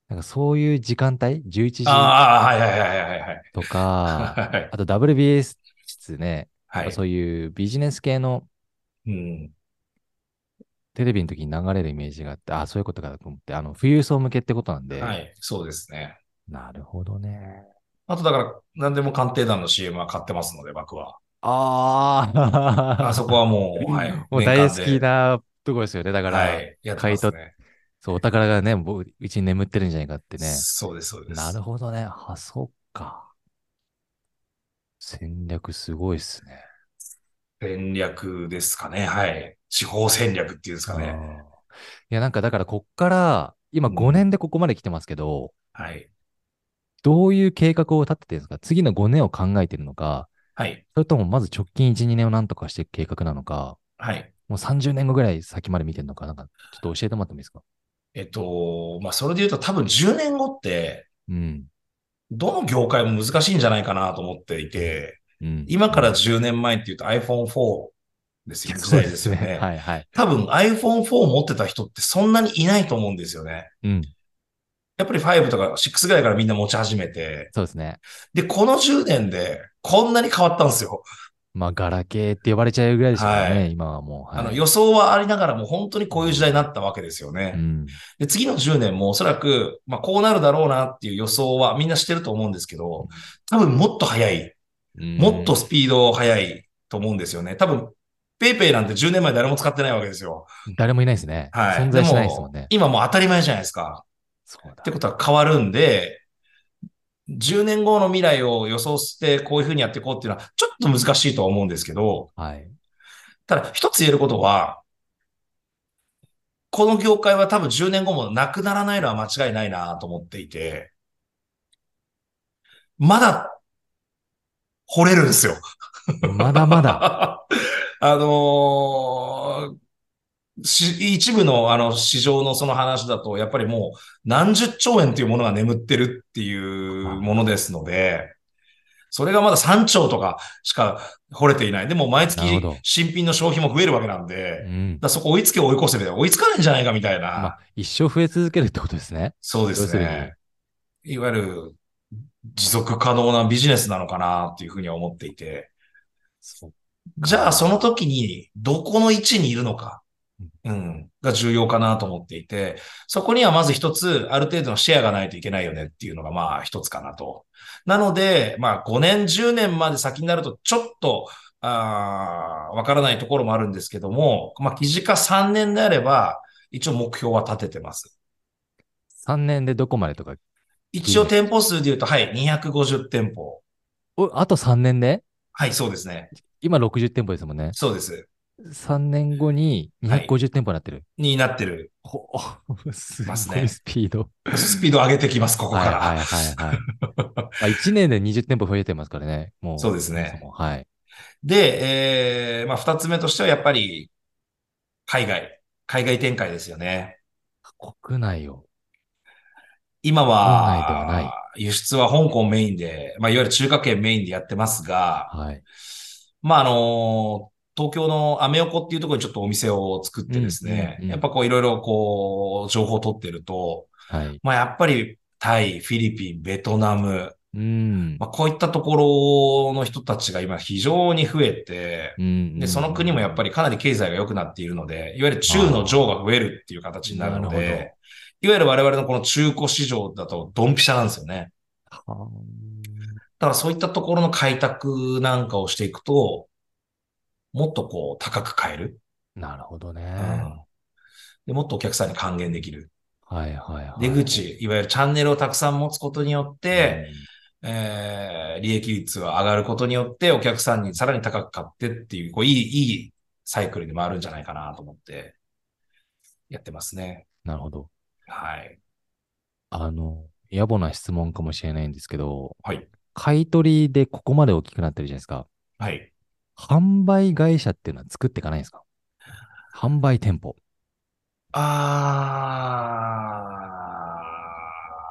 [SPEAKER 1] なんかそういう時間帯 ?11 時
[SPEAKER 2] ああ、はいはいはいはいはい
[SPEAKER 1] とか、
[SPEAKER 2] はい。はい
[SPEAKER 1] あと WBS 室ね、やっ
[SPEAKER 2] は
[SPEAKER 1] ぱ
[SPEAKER 2] い。
[SPEAKER 1] そういうビジネス系の
[SPEAKER 2] うん。
[SPEAKER 1] テレビの時に流れるイメージがあって、あ、そういうことかと思って、あの、富裕層向けってことなんで、
[SPEAKER 2] はい。そうですね。
[SPEAKER 1] なるほどね。
[SPEAKER 2] あと、だから、何でも鑑定団の CM は買ってますので、僕は。
[SPEAKER 1] ああ
[SPEAKER 2] あそこはも う、はい。
[SPEAKER 1] もう
[SPEAKER 2] 年
[SPEAKER 1] 大
[SPEAKER 2] 間
[SPEAKER 1] 好
[SPEAKER 2] で
[SPEAKER 1] きなとこですよね。だから、
[SPEAKER 2] はい。やってますね。
[SPEAKER 1] そう、お宝がね、もううちに眠ってるんじゃないかってね。
[SPEAKER 2] そうです、そうです。
[SPEAKER 1] なるほどね。あ、そっか。戦略すごいっすね。
[SPEAKER 2] 戦略ですかね。はい。地方戦略っていうんですか
[SPEAKER 1] あ
[SPEAKER 2] ね。
[SPEAKER 1] ーいや、なんかだからこっから、今
[SPEAKER 2] うん
[SPEAKER 1] 5年でここまで来てますけど、
[SPEAKER 2] はい。
[SPEAKER 1] どういう計画を立ててるんですか次の5年を考えてるのか、
[SPEAKER 2] はい。
[SPEAKER 1] それともまず直近1、2年を何とかしていく計画なのか、
[SPEAKER 2] はい。
[SPEAKER 1] もう30年後ぐらい先まで見てるのか、なんかちょっと教えてもらってもいいですか
[SPEAKER 2] えっと、まあ、それで言うと多分10年後って、
[SPEAKER 1] うん。
[SPEAKER 2] どの業界も難しいんじゃないかなと思っていて、
[SPEAKER 1] うん。
[SPEAKER 2] 今から10年前って言うと iPhone4 ですよ。時
[SPEAKER 1] そう
[SPEAKER 2] 代
[SPEAKER 1] で
[SPEAKER 2] です
[SPEAKER 1] す
[SPEAKER 2] よ
[SPEAKER 1] ね。
[SPEAKER 2] ね。
[SPEAKER 1] はいはい。
[SPEAKER 2] 多分 iPhone4 持ってた人ってそんなにいないと思うんですよね。
[SPEAKER 1] うん。
[SPEAKER 2] やっぱり5とか6ぐらいからみんな持ち始めて、
[SPEAKER 1] そうですね。
[SPEAKER 2] で、この10年でこんなに変わったんですよ。
[SPEAKER 1] まあ、ガラケーって呼ばれちゃうぐらいですからね、
[SPEAKER 2] は
[SPEAKER 1] 今はもう。はい
[SPEAKER 2] あの予想はありながらも本当にこういう時代になったわけですよね。
[SPEAKER 1] うん。
[SPEAKER 2] で、次の10年もおそらく、まあ、こうなるだろうなっていう予想はみんなしてると思うんですけど、多分もっと早い、もっとスピード早いと思うんですよね。多分、ペイペイなんて10年前誰も使ってないわけですよ。
[SPEAKER 1] 誰もいないですね。
[SPEAKER 2] はい。
[SPEAKER 1] 存在しないですもんね。
[SPEAKER 2] 今もう当たり前じゃないですか。
[SPEAKER 1] そうだ
[SPEAKER 2] ってことは変わるんで、10年後の未来を予想してこういうふうにやっていこうっていうのはちょっと難しいとは思うんですけど、
[SPEAKER 1] はい。
[SPEAKER 2] ただ一つ言えることは、この業界は多分10年後もなくならないのは間違いないなと思っていて、まだ、掘れるんですよ。
[SPEAKER 1] まだまだ。
[SPEAKER 2] あのーし一部のあの市場のその話だと、やっぱりもう何十兆円というものが眠ってるっていうものですので、それがまだ3兆とかしか掘れていない。でも毎月
[SPEAKER 1] なるほど
[SPEAKER 2] 新品の消費も増えるわけなん
[SPEAKER 1] う
[SPEAKER 2] で、
[SPEAKER 1] ん
[SPEAKER 2] だ。からそこ追いつけ追い越せみたいな、追いつかないんじゃないかみたいな。
[SPEAKER 1] まあ、一生増え続けるってことですね。
[SPEAKER 2] そうです
[SPEAKER 1] 要する
[SPEAKER 2] ね。いわゆる持続可能なビジネスなのかなっていうふうには思っていて。じゃあ、その時に、どこの位置にいるのか、うん、が重要かなと思っていて、そこにはまず一つ、ある程度のシェアがないといけないよねっていうのが、まあ、一つかなと。なので、まあ、5年、10年まで先になると、ちょっと、あーわからないところもあるんですけども、まあ、記事化3年であれば、一応目標は立ててます。
[SPEAKER 1] 3年でどこまでとか。
[SPEAKER 2] 一応店舗数で言うと、はい、250店舗。
[SPEAKER 1] おあと3年で
[SPEAKER 2] はい、そうですね。
[SPEAKER 1] 今60店舗ですもんね。
[SPEAKER 2] そうです。
[SPEAKER 1] 3年後に250店舗になってる。
[SPEAKER 2] になってる。
[SPEAKER 1] ほすご
[SPEAKER 2] ますね
[SPEAKER 1] いスピード。
[SPEAKER 2] スピード上げてきます、ここか
[SPEAKER 1] はい
[SPEAKER 2] ら。
[SPEAKER 1] はいはいはい。まあ、1年で20店舗増えてますからね。もう。
[SPEAKER 2] そうですね
[SPEAKER 1] そもそもはい。
[SPEAKER 2] で、えーまあ、二つ目としてはやっぱり、海外、海外展開ですよね。
[SPEAKER 1] 国内を。
[SPEAKER 2] 今
[SPEAKER 1] 国内ではない
[SPEAKER 2] は、輸出は香港メインで、まあ、いわゆる中華圏メインでやってますが、
[SPEAKER 1] はい。
[SPEAKER 2] まあ、あの東京のアメ横っていうところにちょっとお店を作ってですね、
[SPEAKER 1] うんうんうん
[SPEAKER 2] やっぱこういろいろこう、情報を取ってると、
[SPEAKER 1] はい。
[SPEAKER 2] まあ、やっぱりタイ、フィリピン、ベトナム、
[SPEAKER 1] うん。
[SPEAKER 2] まあ、こういったところの人たちが今非常に増えて、
[SPEAKER 1] うん。
[SPEAKER 2] で、その国もやっぱりかなり経済が良くなっているので、いわゆる中の上が増えるっていう形になるの
[SPEAKER 1] なるほ
[SPEAKER 2] で、いわゆる我々のこの中古市場だとドンピシャなんですよね。
[SPEAKER 1] り。は
[SPEAKER 2] だからそういったところの開拓なんかをしていくと、もっとこう高く買える。
[SPEAKER 1] あなるほどね。
[SPEAKER 2] うんでもっとお客さんに還元できる。
[SPEAKER 1] はいはいはい。
[SPEAKER 2] 出口、いわゆるチャンネルをたくさん持つことによっ
[SPEAKER 1] うん
[SPEAKER 2] て、えー利益率が上がることによって、お客さんにさらに高く買ってっていう、こう、いい、いいサイクルに回るんじゃないかなと思って、やってますね。
[SPEAKER 1] なるほど。
[SPEAKER 2] はい。
[SPEAKER 1] あの、野暮な質問かもしれないんですけど、
[SPEAKER 2] はい。
[SPEAKER 1] 買い取りでここまで大きくなってるじゃないですか。
[SPEAKER 2] はい。
[SPEAKER 1] 販売会社っていうのは作っていかないんですか販売店舗。
[SPEAKER 2] あ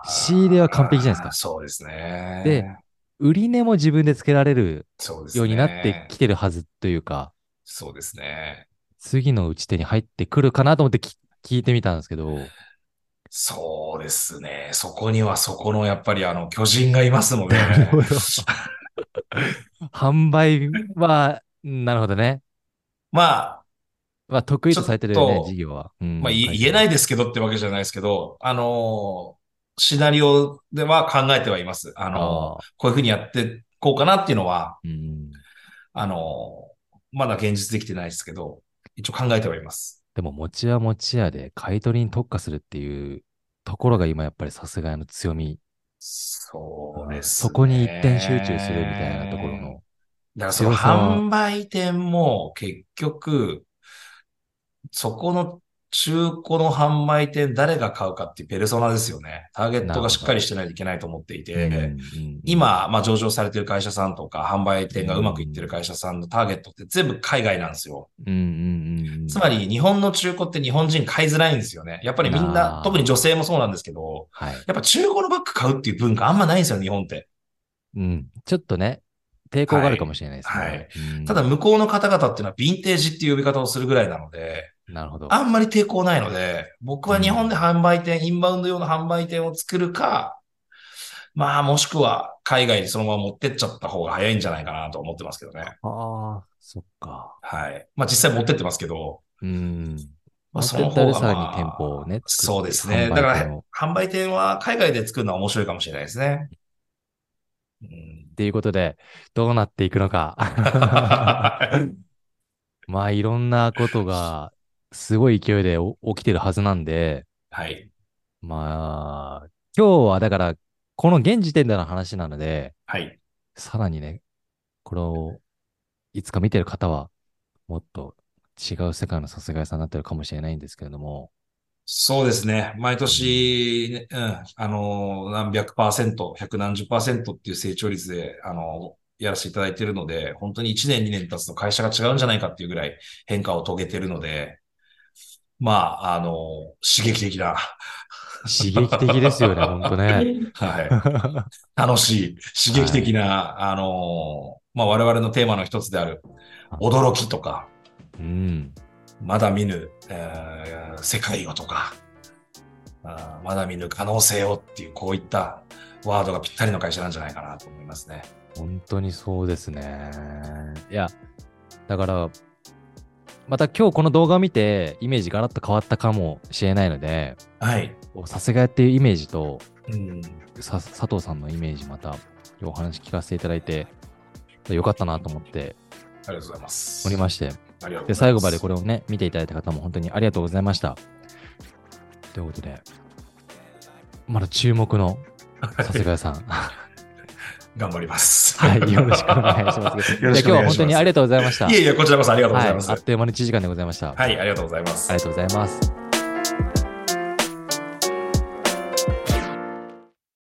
[SPEAKER 2] ー
[SPEAKER 1] 仕入れは完璧じゃないですか
[SPEAKER 2] そうですね。
[SPEAKER 1] で、売値も自分でつけられる
[SPEAKER 2] そうですね。
[SPEAKER 1] ようになってきてるはずというか、
[SPEAKER 2] そうですね。
[SPEAKER 1] 次の打ち手に入ってくるかなと思ってき聞いてみたんですけど、
[SPEAKER 2] そうですね。そこにはそこの、やっぱりあの、巨人がいますので。
[SPEAKER 1] なるほど販売は、なるほどね。
[SPEAKER 2] まあ、
[SPEAKER 1] まあ、得意とされてる
[SPEAKER 2] ちょ
[SPEAKER 1] ね
[SPEAKER 2] っ、と
[SPEAKER 1] 事業は。うん。
[SPEAKER 2] まあ、い言えないいですけどってわけじゃないですけど、あのーシナリオでは考えてはいます。あのー
[SPEAKER 1] ああ、
[SPEAKER 2] こういうふうにやっていこうかなっていうのは、
[SPEAKER 1] うん。
[SPEAKER 2] あのーまだ現実できてないですけど、一応考えてはいます。
[SPEAKER 1] でも、持ち屋持ち屋で買い取りに特化するっていうところが今やっぱりさすがの強み。
[SPEAKER 2] そうです、
[SPEAKER 1] そこに一点集中するみたいなところ。の。
[SPEAKER 2] だからその
[SPEAKER 1] 強さは
[SPEAKER 2] 販売店も結局、そこの中古の販売店誰が買うかっていうペルソナですよね。ターゲットがしっかりしてないといけないと思っていて、
[SPEAKER 1] うんうんうん
[SPEAKER 2] 今、まあ、上場されてる会社さんとか、販売店がうまくいってる会社さんのターゲットって全部海外なんですよ。
[SPEAKER 1] うんうんうんうん、
[SPEAKER 2] つまり、日本の中古って日本人買いづらいんですよね。やっぱりみん
[SPEAKER 1] あ
[SPEAKER 2] な
[SPEAKER 1] ー、
[SPEAKER 2] 特に女性もそうなんですけど、
[SPEAKER 1] はい。
[SPEAKER 2] やっぱ中古のバッグ買うっていう文化あんまないんですよ、日本って。
[SPEAKER 1] うん。ちょっとね、抵抗があるかもしれないですね。
[SPEAKER 2] はい
[SPEAKER 1] うん
[SPEAKER 2] ただ、向こうの方々っていうのはヴィンテージっていう呼び方をするぐらいなので、
[SPEAKER 1] なるほど。
[SPEAKER 2] あんまり抵抗ないので、僕は日本で販売店、インバウンド用の販売店を作るか、まあ、もしくは海外にそのまま持ってっちゃった方が早いんじゃないかなと思ってますけどね。
[SPEAKER 1] ああ、そっか。
[SPEAKER 2] はい。まあ実際持ってってますけど、
[SPEAKER 1] うん。
[SPEAKER 2] まあ
[SPEAKER 1] 持
[SPEAKER 2] そ
[SPEAKER 1] って
[SPEAKER 2] の
[SPEAKER 1] った
[SPEAKER 2] 方
[SPEAKER 1] ら
[SPEAKER 2] が、
[SPEAKER 1] さらに
[SPEAKER 2] まあ
[SPEAKER 1] 店舗をね作って
[SPEAKER 2] そうですね。
[SPEAKER 1] 販売店を
[SPEAKER 2] だから、販売店は海外で作るのは面白いかもしれないですね。 うん
[SPEAKER 1] っていうことで、どうなっていくのか。 まあ、いろんなことが、すごい勢いでお起きてるはずなんで、
[SPEAKER 2] はい。
[SPEAKER 1] まあ、今日はだから、この現時点での話なので、
[SPEAKER 2] はい。
[SPEAKER 1] さらにね、これを、いつか見てる方は、もっと違う世界のさすがいさんになってるかもしれないんですけれども、
[SPEAKER 2] そうですね。毎年ね、うん、あのー、何百パーセント、百何十パーセントっていう成長率で、あのー、やらせていただいているので、本当に1年2年経つと会社が違うんじゃないかっていうぐらい変化を遂げているので、まあ、あのー、刺激的な、
[SPEAKER 1] 刺激的ですよね、ほんとね。
[SPEAKER 2] は い、楽しい、刺激的な、あのー、まあ、我々のテーマの一つである、驚きとか、
[SPEAKER 1] うん。
[SPEAKER 2] まだ見ぬ、えー世界をとか、あーまだ見ぬ可能性をっていう、こういったワードがぴったりの会社なんじゃないかなと思いますね。
[SPEAKER 1] 本当にそうですね。いや、だから、また今日この動画を見て、イメージガラッと変わったかもしれないので、
[SPEAKER 2] はい。
[SPEAKER 1] こうさすがやっていうイメージと、
[SPEAKER 2] うん、
[SPEAKER 1] さ佐藤さんのイメージまたお話聞かせていただいて、よかったなと思って
[SPEAKER 2] ありがとうございます。
[SPEAKER 1] おりまして、
[SPEAKER 2] ありがとうございます。
[SPEAKER 1] で、最後までこれをね、見ていただいた方も本当にありがとうございました。ということで、まだ注目のさすがやさん、は
[SPEAKER 2] 頑張ります。
[SPEAKER 1] い、よろしくお願いします。
[SPEAKER 2] よろしく
[SPEAKER 1] じ
[SPEAKER 2] お
[SPEAKER 1] ゃあ今日は
[SPEAKER 2] 願
[SPEAKER 1] い本
[SPEAKER 2] し
[SPEAKER 1] 当にあ
[SPEAKER 2] ま
[SPEAKER 1] りがとうございました。
[SPEAKER 2] す。いえいえ、こちらこそありがとうございます。
[SPEAKER 1] はあっという間に1時間でございました。
[SPEAKER 2] はい、ありがとうございます
[SPEAKER 1] あり。がとうございます。